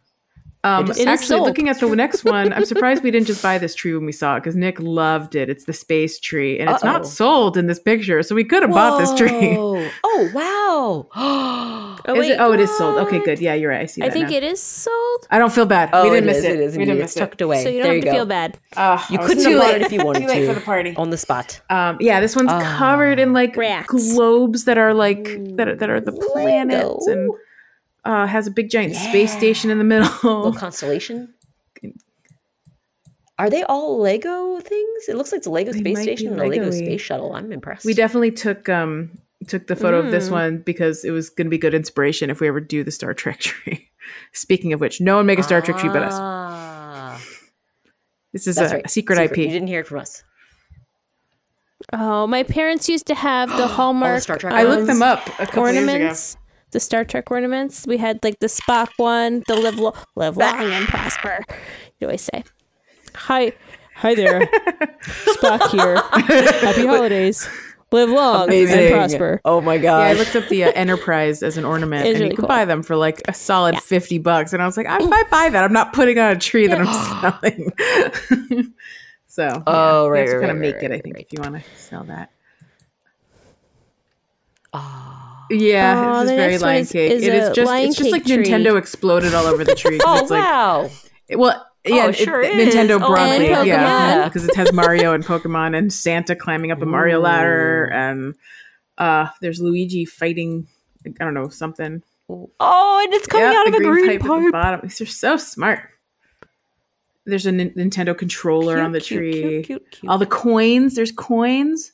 S2: Um,
S3: It is
S2: actually,
S1: sold.
S2: looking at the next one, I'm surprised we didn't just buy this tree when we saw it because Nick loved it. It's the space tree, and it's
S3: Uh-oh.
S2: not sold in this picture, so we could have bought this tree.
S3: Whoa. Oh wow.
S1: Oh,
S2: Is
S1: wait.
S2: it, oh, it is sold. Okay,
S3: what?
S2: good. Yeah, you're right. I see.
S1: I
S2: That
S1: think
S2: now.
S1: it is sold.
S2: I don't feel bad.
S3: Oh,
S2: we didn't
S3: it
S2: miss
S3: is,
S2: it.
S3: it is
S2: We didn't
S3: indeed.
S2: miss
S3: It's
S2: it.
S3: tucked away.
S1: So you don't have
S3: there you
S1: to
S3: go.
S1: feel bad.
S2: Ugh,
S3: You
S2: I was
S3: couldn't
S2: too
S3: have bought
S2: late.
S3: it if you wanted
S2: Too late
S3: to.
S2: for the party.
S3: On the spot.
S2: Um, yeah, this one's
S3: Ah.
S2: covered in like
S1: Rats.
S2: globes that are like that are, that are the planets and uh, has a big giant space
S3: Yeah.
S2: station in the middle.
S3: Little constellation. Are they all Lego things? It looks like the Lego
S2: They might
S3: space
S2: be
S3: station and the Lego
S2: Lego-y.
S3: space shuttle. I'm impressed.
S2: we definitely took um took the photo of this
S1: Mm.
S2: one because it was going to be good inspiration if we ever do the Star Trek tree. Speaking of which, no one make a Star Trek tree but us.
S3: Ah,
S2: This is
S3: that's
S2: a
S3: right.
S2: secret,
S3: You
S2: IP.
S3: didn't hear it from us.
S1: Oh, my parents used to have
S3: All
S1: the
S3: Oh, the
S1: Hallmark.
S3: Star Trek
S2: I looked them
S1: um,
S2: up a couple years
S1: Ornaments. The Star Trek ornaments. We had like the Spock one, the live, lo- live long and prosper. What do I say? Hi, hi there, Spock here. Happy holidays. Live long and prosper.
S3: Oh my
S2: ago. Yeah, I
S3: gosh.
S2: looked up the uh, Enterprise as an ornament,
S1: It's
S2: and
S1: really
S2: you could
S1: cool.
S2: buy them for like a solid fifty bucks. And I was like, if I buy that, I'm not putting on a tree that I'm selling. so,
S3: Oh, right, right,
S2: you kind
S3: right,
S2: of make
S3: right,
S2: it. I
S3: right,
S2: think
S3: right.
S2: if you want to sell that.
S3: Ah.
S2: Yeah,
S1: Oh,
S2: this
S1: the
S2: is very
S1: next one
S2: Lion
S1: is-
S2: Cake.
S1: is
S2: it is
S1: a
S2: just
S1: Lion
S2: it's just like
S1: Cake tree.
S2: Nintendo exploded all over the tree. 'cause
S3: Oh
S2: it's like,
S3: wow.
S2: it- well, yeah,
S3: Oh,
S2: it-
S3: sure is.
S2: Nintendo
S3: Oh,
S2: broadly,
S1: and
S2: yeah,
S3: Pokemon.
S2: because it has Mario and Pokemon and Santa climbing up a Mario
S3: Ooh.
S2: ladder, and uh, there's Luigi fighting. I don't know something.
S3: Oh, and it's coming
S2: Yep,
S3: out of a green,
S2: pipe at the
S3: pipe.
S2: bottom. These are so smart. There's a Nin- Nintendo controller
S3: Cute,
S2: on the
S3: cute,
S2: tree.
S3: cute, cute, cute.
S2: All the coins. There's coins.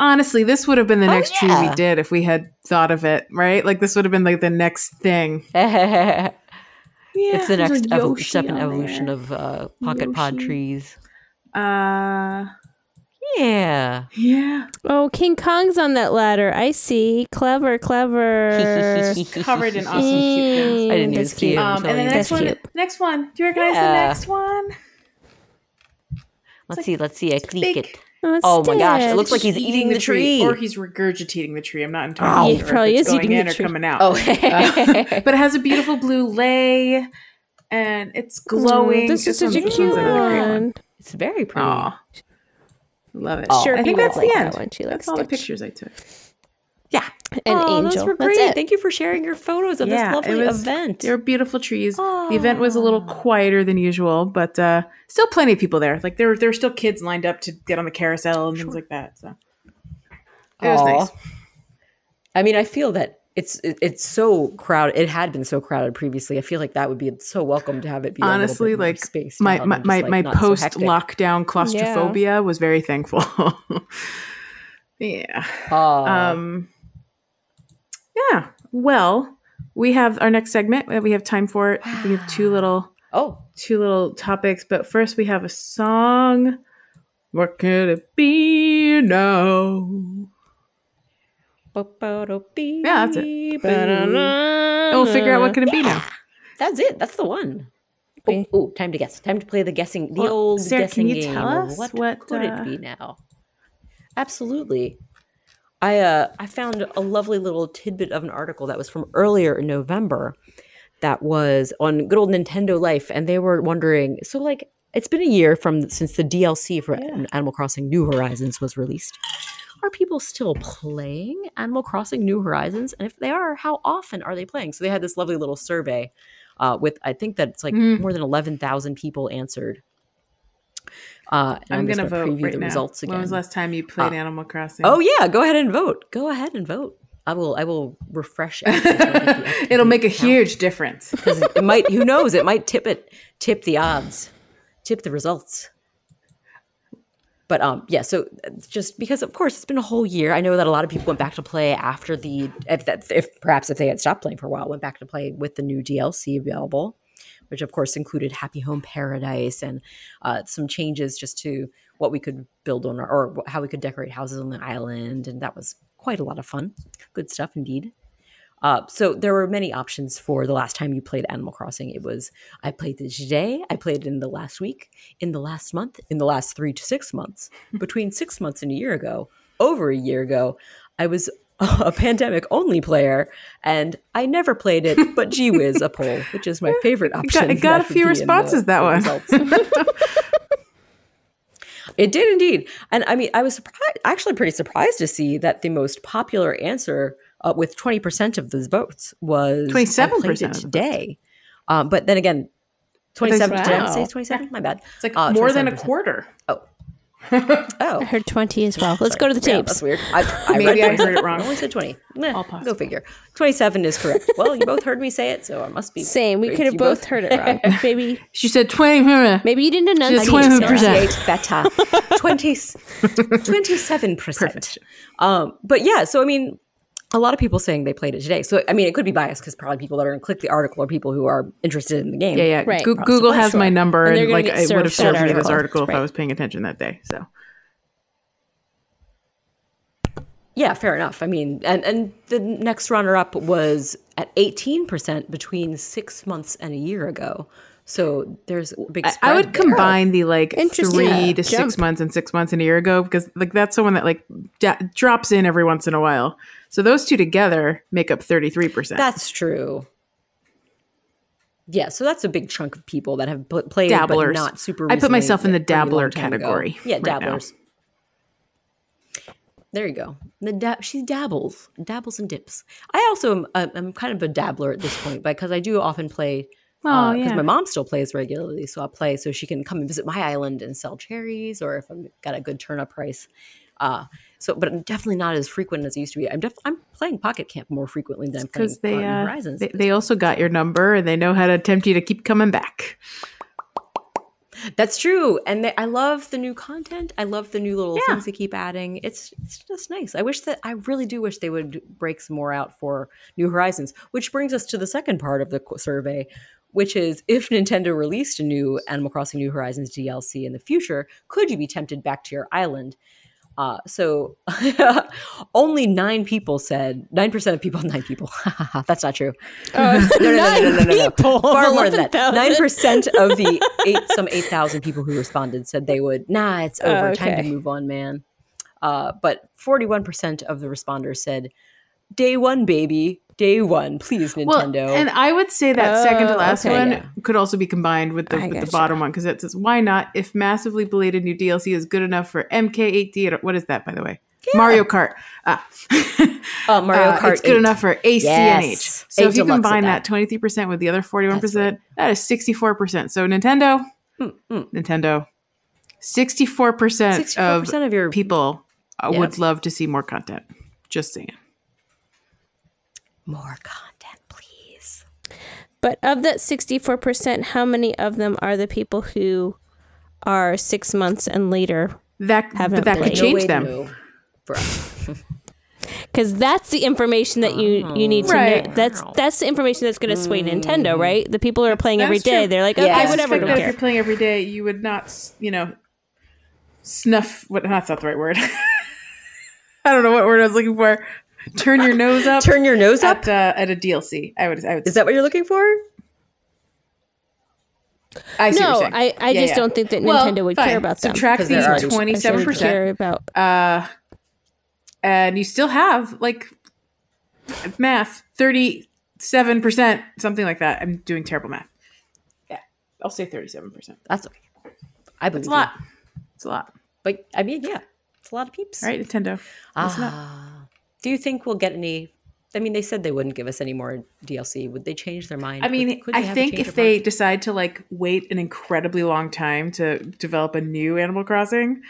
S2: Honestly, this would have been the
S3: Oh,
S2: next tree
S3: yeah.
S2: we did if we had thought of it, right? Like this would have been like the next thing. Yeah,
S3: it's the
S2: there's a
S3: next evo-
S2: Yoshi
S3: step in
S2: on
S3: evolution
S2: there.
S3: of uh, pocket pod
S2: Yoshi.
S3: trees.
S2: Uh,
S3: Yeah.
S2: yeah,
S1: Oh, King Kong's on that ladder. I see. Clever, clever.
S2: covered in awesome cute things.
S1: Mm,
S3: I
S1: that's
S3: didn't even see it.
S1: cute.
S3: I'm
S2: Um, and the
S3: telling you.
S2: next
S1: That's
S2: one,
S1: cute.
S2: next one. Do you recognize
S3: Yeah.
S2: the next one?
S3: Let's see. Let's see. I click
S2: big.
S3: it.
S1: Oh, it's
S3: Oh my gosh, it
S1: dead.
S3: looks like he's eating the tree.
S2: or he's regurgitating the tree. I'm not entirely
S1: Ow.
S2: sure
S1: He probably
S2: if it's
S1: is
S2: going
S1: eating
S2: in
S1: the
S2: or
S1: tree.
S2: coming out.
S3: Oh.
S2: Uh, but it has a beautiful blue lay, and it's glowing.
S1: Mm, This is
S2: one's-
S1: such a
S2: this
S1: cute
S2: one's another great
S1: one.
S3: it's very pretty.
S2: Aw, love it.
S3: Aw.
S1: Sure,
S2: I think
S1: people
S2: that's
S1: like
S2: the
S1: that
S2: end.
S1: one. She
S2: That's
S1: likes
S2: all the
S1: Stitch.
S2: pictures I took.
S1: An
S3: Aw,
S1: angel.
S3: Those were
S1: That's
S3: great.
S1: it.
S3: Thank you for sharing your photos of
S2: Yeah, it
S3: this lovely
S2: was-
S3: event.
S2: They were beautiful trees. The event was a little quieter than usual, but uh, still plenty of people there. Like there, were, there were still kids lined up to get on the carousel and things like that. So it was
S3: Aw.
S2: nice.
S3: I mean, I feel that it's it, it's so crowded. It had been so crowded previously. I feel like that would be so welcome to have it be a little
S2: Honestly,
S3: bit more
S2: like
S3: spaced
S2: my
S3: out
S2: my
S3: and just,
S2: my,
S3: like,
S2: my
S3: not so
S2: post
S3: hectic.
S2: lockdown claustrophobia was very thankful. yeah.
S3: Aw.
S2: Um. Yeah. Well, we have our next segment. that We have time for it. We have two little
S3: oh,
S2: two little topics, but first we have a song. What could it be now?
S3: yeah,
S2: Yeah, that's it. And Oh, we'll figure out what could it be now.
S3: That's it. That's the one. Oh,
S1: Okay.
S3: ooh, time to guess. Time to play the guessing, the
S2: Well,
S3: old
S2: Sarah, can
S3: guessing
S2: you
S3: game.
S2: tell
S3: of
S2: us
S3: what,
S2: what,
S3: could
S2: uh,
S3: it be now? Absolutely. I uh, I found a lovely little tidbit of an article that was from earlier in November, that was on good old Nintendo Life, and they were wondering. So like, it's been a year from since the DLC for
S2: Yeah.
S3: Animal Crossing New Horizons was released. Are people still playing Animal Crossing New Horizons? And if they are, how often are they playing? So they had this lovely little survey uh, with I think that it's like
S2: Mm.
S3: more than eleven thousand people answered. Uh, and
S2: I'm,
S3: just
S2: gonna vote
S3: preview
S2: right
S3: the
S2: now.
S3: results again.
S2: When was the last time you played
S3: Ah.
S2: Animal Crossing?
S3: oh yeah, go ahead and vote. Go ahead and vote. I will. I will refresh.
S2: It'll make a huge difference.
S3: because it might. Who knows? It might tip it. Tip the odds. Tip the results. But um, yeah. So uh, just because, of course, it's been a whole year. I know that a lot of people went back to play after the if, that, if perhaps if they had stopped playing for a while, went back to play with the new DLC available, which of course included Happy Home Paradise and uh, some changes just to what we could build on our, or how we could decorate houses on the island, and that was quite a lot of fun. Good stuff indeed. Uh, so there were many options for the last time you played Animal Crossing. It was I played it today, I played it in the last week, in the last month, in the last three to six months, between six months and a year ago, over a year ago. I was a pandemic only player, and I never played it, but gee whiz, a poll, which is my favorite
S2: It
S3: option.
S2: got, it got a
S3: That would
S2: few
S3: be in the-
S2: responses that
S3: the
S2: one.
S3: results. It did indeed. And I mean, I was surprised, actually pretty surprised to see that the most popular answer uh, with 20% of those votes was I played it
S2: 27% of the
S3: today. Um, but then again, 27, did I say 27? My bad.
S2: Ah, It's like
S3: Uh,
S2: more than a
S3: 27%.
S2: quarter.
S1: I
S3: Oh.
S1: heard 20 as well. Let's go to the
S3: Yeah,
S1: tapes.
S3: that's weird. I, I read
S2: Maybe I
S3: 27.
S2: heard it
S3: I
S2: wrong.
S3: only said 20. Meh,
S2: All
S3: go
S2: possible.
S3: figure. 27 is correct. Well, you both heard me say it, so I must be
S1: Same. We
S3: Great,
S1: could have
S3: you
S1: both
S3: both-
S1: heard it wrong. Maybe
S2: She said 20. huh.
S1: maybe you didn't announce
S2: Just 20%.
S3: better. 20, 27%. Um, but yeah, so I mean, a lot of people saying they played it today. So I mean, it could be biased because probably people that are going to click the article are people who are interested in the game.
S2: Yeah, yeah.
S1: Right.
S2: Goo- Google has
S1: Sure.
S2: my number,
S1: And they're
S2: and,
S1: gonna
S2: like
S1: get
S2: it would have
S1: served that
S2: served me this
S1: article.
S2: article if
S1: Right.
S2: I was paying attention that day. So
S3: Yeah, fair enough. I mean, and and the next runner up was at 18% between six months and a year ago. So there's a big
S2: I,
S3: spread
S2: I would
S3: there.
S2: combine the like
S1: Interesting.
S2: three
S1: Yeah,
S2: to
S1: jump.
S2: six months and six months and a year ago because like that's someone that like da- drops in every once in a while. So those two together make up thirty three percent.
S3: That's true. Yeah, so that's a big chunk of people that have pl- played
S2: Dabblers.
S3: but not super.
S2: I put myself in the
S3: recently, but pretty
S2: dabbler
S3: long time ago.
S2: category
S3: Yeah,
S2: right now.
S3: dabblers. There you go. The da- she dabbles, dabbles and dips. I also am I'm- I'm kind of a dabbler at this point because I do often play.
S2: Oh,
S3: because
S2: yeah.
S3: my mom still plays regularly, so I play so she can come and visit my island and sell cherries, or if I've got a good turnip price. Uh, so, but I'm definitely not as frequent as I used to be. I'm def- I'm playing Pocket Camp more frequently than I'm playing
S2: Because they,
S3: Modern
S2: uh,
S3: Horizons.
S2: they they also got your number and they know how to tempt you to keep coming back.
S3: That's true, and they, I love the new content. I love the new little
S2: Yeah.
S3: things they keep adding. It's it's just nice. I wish that I really do wish they would break some more out for New Horizons, which brings us to the second part of the qu- survey, which is if Nintendo released a new Animal Crossing New Horizons DLC in the future, could you be tempted back to your island? Uh, so only nine people said nine percent of people nine people. That's not true.
S1: Uh,
S3: No, no, no, no, no, no, no, no.
S1: people.
S3: Far more than that. Nine percent of the eight, some eight thousand people who responded said they would. Nah, it's
S1: Oh,
S3: over. Time
S1: okay.
S3: to move on, man. Uh, but forty-one percent of the responders said, "Day one, baby. Day one, please, Nintendo."
S2: Well, and I would say that second to
S1: Oh,
S2: last
S1: okay.
S2: one
S3: Yeah.
S2: could also be combined with the,
S1: I
S2: with the
S1: gotcha.
S2: bottom one because it says, why not if massively belated new DLC is good enough for MK8D? and- What is that, by the way? Mario Kart. Ah.
S3: Uh, Mario
S2: Uh,
S3: Kart.
S2: it's good
S3: 8.
S2: enough for ACNH.
S3: Yes.
S2: So
S3: Eight
S2: if you
S3: Deluxe at
S2: combine
S3: that.
S2: that 23% with the other 41%, that is 64%. So Nintendo,
S3: Mm,
S2: Nintendo, 64%
S3: Sixty-four
S2: of
S3: percent of your
S2: people uh,
S3: Yeah.
S2: would love to see more content. Just saying.
S3: more content, please.
S1: But of that 64%, how many of them are the people who are six months and later?
S2: That,
S1: Haven't
S2: but that could
S1: played.
S3: No
S2: change
S3: way to
S2: them.
S3: know for us.
S1: Because that's the information that you, you need to
S2: Right.
S1: know. That's that's the information that's going to sway Nintendo, right? The people who are playing every
S2: That's true.
S1: day, they're like, okay,
S3: Yeah. I
S2: I
S1: whatever,
S2: suspect
S1: don't
S2: that if
S1: care.
S2: you're playing every day, you would not, s- you know, snuff. What? That's not the right word. I don't know what word I was looking for. Turn your nose up.
S3: Turn your nose up.
S2: at, uh, at a DLC. I would. I would.
S3: Is that what you're looking for?
S2: I see what
S1: No,
S2: you're saying.
S1: I, I
S2: Yeah,
S1: just
S2: yeah.
S1: don't think that
S2: Well,
S1: Nintendo would
S2: fine.
S1: care about them.
S2: Subtract
S3: 'Cause they're already-
S2: these
S1: I said
S2: twenty-seven
S1: would care
S2: percent,
S1: about
S2: and you still have like math thirty-seven percent, something like that. I'm doing terrible math. Yeah, I'll say thirty-seven percent.
S3: That's okay. I believe
S2: It's
S3: you.
S2: a lot. It's a lot.
S3: But I mean, yeah, it's a lot of peeps.
S2: All right, Nintendo. Listen up.
S3: Ah. Do you think we'll get any? I mean, they said they wouldn't give us any more DLC. Would they change their mind?
S2: I
S3: Would-
S2: mean,
S3: could they
S2: I
S3: have a
S2: think
S3: change
S2: if
S3: of mind?
S2: they decide to like wait an incredibly long time to develop a new Animal Crossing,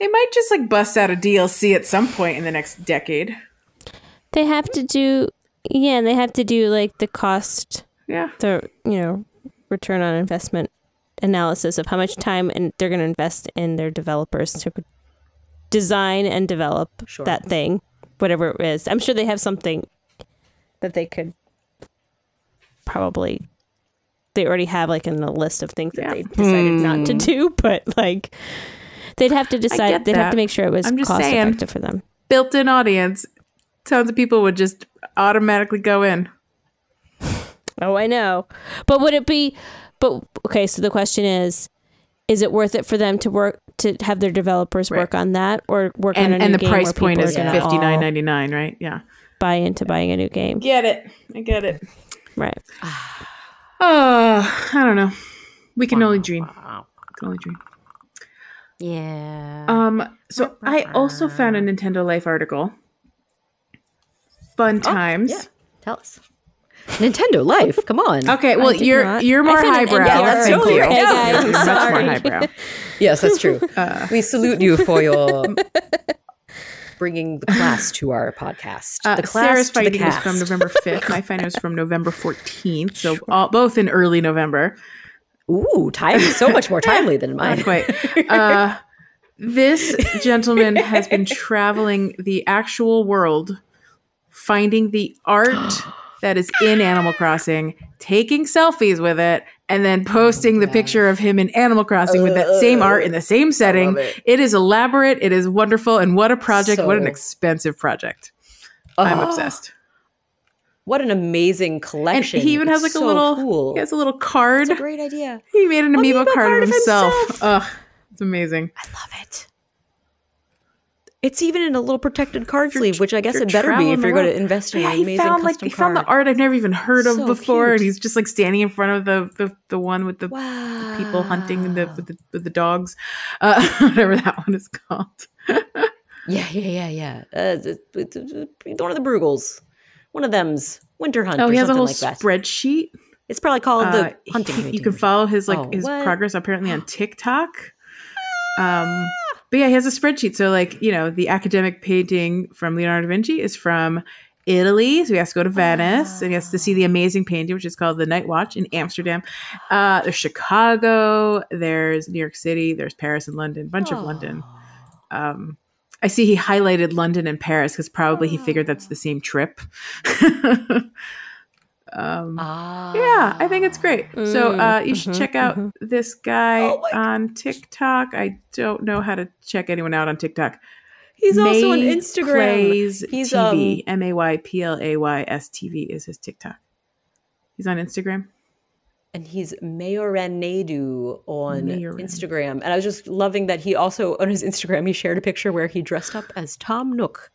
S2: they might just like bust out a DLC at some point in the next decade.
S1: They have to do, yeah, and they have to do like the cost,
S2: Yeah.
S1: the you know, return on investment analysis of how much time and they're going to invest in their developers to design and develop
S3: Sure.
S1: that thing, whatever it is. I'm sure they have something that they could probably. They already have like in the list of things that
S2: Yeah.
S1: they decided not to do, but like they'd have to decide.
S2: get
S1: They'd have
S2: that.
S1: to make sure it was
S2: I'm just
S1: cost
S2: saying.
S1: effective for them.
S2: Built in audience, tons of people would just automatically go in.
S1: Oh, I know. But would it be but okay, so the question is is it worth it for them to work to have their developers work on that or work
S2: and
S1: on a new
S2: and the
S1: game
S2: price
S1: where
S2: point
S1: people
S2: is
S1: are gonna
S2: fifty nine
S1: all
S2: ninety nine, right? Yeah,
S1: buy into buying a new game.
S2: get it. I get it.
S1: Right.
S2: Oh, I don't know. We can only dream. Can only dream.
S3: Yeah.
S2: Um, so I also found a Nintendo Life article.
S1: Oh,
S2: Fun times.
S3: yeah. Tell us. Nintendo life. Come on.
S2: Okay, well
S1: did
S2: you're
S1: not.
S2: you're
S1: I
S2: more
S1: found an
S2: highbrow.
S1: NPR
S3: that's
S2: Thank
S3: totally
S2: you.
S3: right.
S1: Hey,
S3: Yeah.
S1: guys, I'm
S2: You're much more
S1: sorry.
S2: highbrow.
S3: Yes, that's true.
S2: Uh.
S3: we salute you for your bringing the class to our podcast.
S2: Uh,
S3: the class
S2: Sarah's
S3: to the
S2: finding was
S3: cast.
S2: from November fifth. My finding was from November fourteenth. So all, both in early November.
S3: Ooh, timely. So much more timely than mine.
S2: Not quite. Uh, this gentleman has been traveling the actual world, finding the art that is in Animal Crossing, taking selfies with it, and then posting the picture of him in Animal Crossing with that same art
S3: Uh,
S2: in the same setting. it is elaborate. It is wonderful. And what a project. what an
S3: So- Oh.
S2: expensive project. I'm obsessed.
S3: What an amazing
S2: And
S3: collection.
S2: he even has like
S3: It's
S2: a
S3: so
S2: little
S3: cool.
S2: he has a little card.
S3: It's a great idea.
S2: he made an
S3: Amiibo
S2: amiibo, card
S3: card
S2: of
S3: of
S2: himself.
S3: himself.
S2: Ugh, it's amazing.
S3: I love it. It's even in a little protected card sleeve, which I guess
S2: you're
S3: it better be
S2: traveling
S3: if
S2: the
S3: you're going to
S2: world.
S3: invest in
S2: But yeah,
S3: an
S2: he
S3: amazing
S2: found like
S3: custom
S2: he found the
S3: card.
S2: art I've never even heard of
S3: So
S2: before, and
S3: cute.
S2: he's just like standing in front of the the, the one with the
S3: Wow.
S2: people hunting the with the, with the dogs, uh, whatever that one is called.
S3: Yeah, yeah, yeah, yeah. Uh, the- the- the- the- one of the Brugels. One of them's Winter Hunt
S2: Oh,
S3: or
S2: he has a
S3: something
S2: whole
S3: like that.
S2: spreadsheet.
S3: It's probably called
S2: Uh,
S3: the Hunting
S2: he- you
S3: Committee.
S2: can follow his like
S3: Oh,
S2: his
S3: what?
S2: progress apparently on TikTok. Um, but yeah, he has a spreadsheet. So like you know, the academic painting from Leonardo da Vinci is from Italy. So he has to go to Venice and he has to see the
S3: Ah.
S2: amazing painting, which is called the Night Watch in Amsterdam. Uh, there's Chicago. There's New York City. There's Paris and London. Bunch of London.
S3: Ah.
S2: Um, I see he highlighted London and Paris because probably he figured that's
S3: Ah.
S2: the same trip. um,
S3: Ah.
S2: yeah, I think it's great. So
S3: Mm-hmm,
S2: uh, you should
S1: mhm,
S2: check out this guy
S3: Oh my
S2: on TikTok. I don't know how to check anyone out on TikTok.
S3: He's also on
S2: May
S3: Instagram.
S2: Plays
S3: He's,
S2: TV.
S3: um,
S2: M A Y P L A Y S T V is his TikTok. He's on Instagram.
S3: and he's Mayoranadu on
S2: Mayoran.
S3: Instagram. And I was just loving that he also on his Instagram he shared a picture where he dressed up as Tom Nook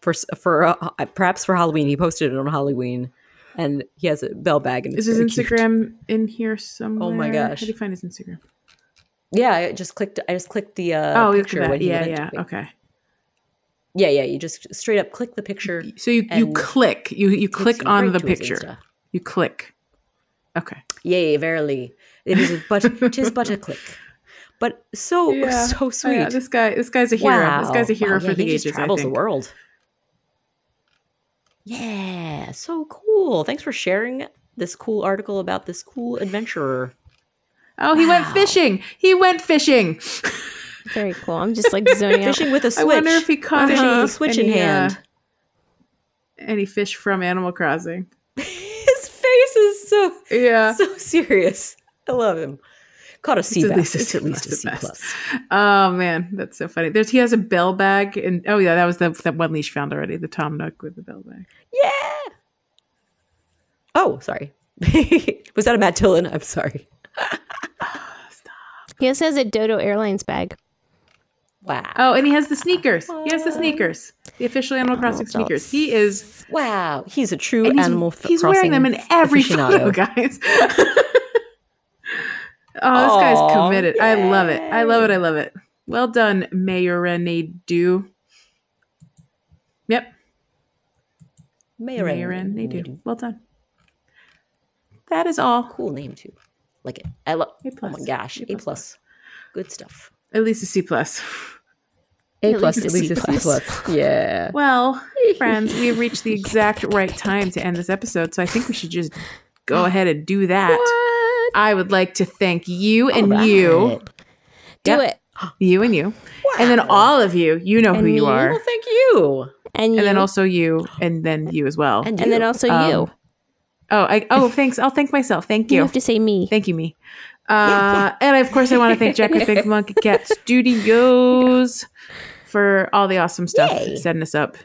S3: for s- for uh, uh, perhaps for Halloween. He posted it on Halloween, and he has a bell bag. And
S2: Is
S3: it's
S2: his
S3: very cute. Oh
S2: Instagram in here somewhere?
S3: gosh.
S2: How do you find his Instagram?
S3: Yeah, I just clicked. I just clicked the uh,
S2: oh, look
S3: picture
S2: at
S3: when
S2: that.
S3: he
S2: Yeah,
S3: went
S2: yeah.
S3: to-
S2: Okay.
S3: yeah, yeah. You just straight up click the picture.
S2: So you, you
S3: And
S2: click. You you click
S3: you
S2: on
S3: right
S2: the
S3: to his
S2: picture.
S3: Insta.
S2: You click. Okay.
S3: Yay, verily, it is but tis but a click. But so
S2: Yeah.
S3: so
S2: Oh,
S3: sweet.
S2: yeah, this guy this guy's a hero. This guy's a hero
S3: Wow, Oh,
S2: for
S3: yeah,
S2: the
S3: he
S2: ages.
S3: just travels
S2: I think.
S3: the world. Yeah, so cool. Thanks for sharing this cool article about this cool adventurer.
S2: Oh, he went
S3: Wow.
S2: fishing. He went fishing.
S1: Very cool. I'm just like zoning out.
S3: Fishing with a
S2: I
S3: switch.
S2: wonder if he caught
S3: fishing with
S2: any-
S3: a switch
S2: any,
S3: in hand.
S2: uh, Any fish from Animal Crossing.
S3: His face is so
S2: Yeah.
S3: so serious. I love him. Caught a sea
S2: at
S3: bass.
S2: least a
S3: It's
S2: C
S3: at least a
S2: plus,
S3: C
S2: at best.
S3: plus.
S2: Oh man, that's so funny. There's he has a bell bag and oh yeah, that was the that one leash found already, the Tom Nook with the bell bag.
S3: Yeah. Oh, sorry. Was that a Matt Dillon? I'm sorry.
S1: He also has a Dodo Airlines bag.
S3: Wow.
S2: Oh, and he has the sneakers. He has the sneakers. The official
S3: Oh,
S2: Animal Crossing sneakers. He is
S3: Wow. He's a true
S2: and he's,
S3: animal. F-
S2: he's wearing them
S3: Crossing
S2: in every
S3: aficionado.
S2: photo, guys. oh, this guy's
S3: Aw,
S2: committed. I love it. I love it. I love it. Well done, Mayor Rene Du. Yep,
S3: Mayoran.
S2: Marin, they do. Well done. That is all.
S3: Cool name too. Like it. I love.
S2: A
S3: Oh
S2: plus.
S3: my gosh.
S2: A
S3: A
S2: plus
S3: plus. Good stuff.
S2: At least a C plus.
S1: A At plus, least a at least C a C plus.
S3: Yeah.
S2: Well, friends, we have reached the exact right time to end this episode, so I think we should just go ahead and do that. I would like to thank you and you,
S1: Do
S2: Yep.
S1: it.
S2: you and you, and then all of you. You know who
S1: And
S2: you
S1: me.
S2: are,
S3: Well, thank you.
S1: And you.
S2: and then also you, and then you as well.
S3: And,
S1: and then also
S2: Um,
S1: you.
S2: oh, I, oh, thanks. I'll thank myself. Thank
S1: You
S2: you.
S1: have to say me.
S2: Thank you, me. Uh, and of course, I want to thank Jack with Big Monkey Cat Studios for all the awesome stuff
S3: Yay.
S2: setting us up,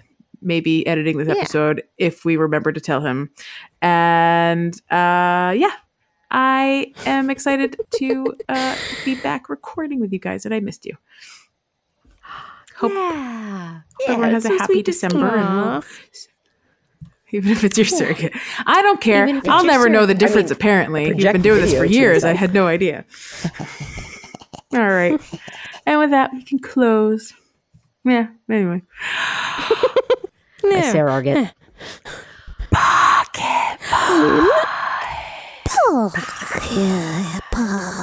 S2: maybe editing this episode if we remember to tell him. And uh, yeah, I am excited to uh, be back recording with you guys, and I missed you. Hope
S3: yeah.
S2: everyone has
S3: it's
S2: a
S3: so
S2: happy
S3: sweet to
S2: December, and
S1: Aw.
S2: we'll, even if it's your surrogate, I don't care.
S3: Even if it's
S2: I'll
S3: your
S2: never know the
S3: surrogate. I
S2: difference.
S3: mean,
S2: apparently, you've
S3: project
S2: been doing this
S3: video
S2: for
S3: to
S2: years. I
S3: yourself.
S2: had no idea. All right, and with that, we can close. Yeah. Anyway.
S3: A surrogate.
S1: Yeah.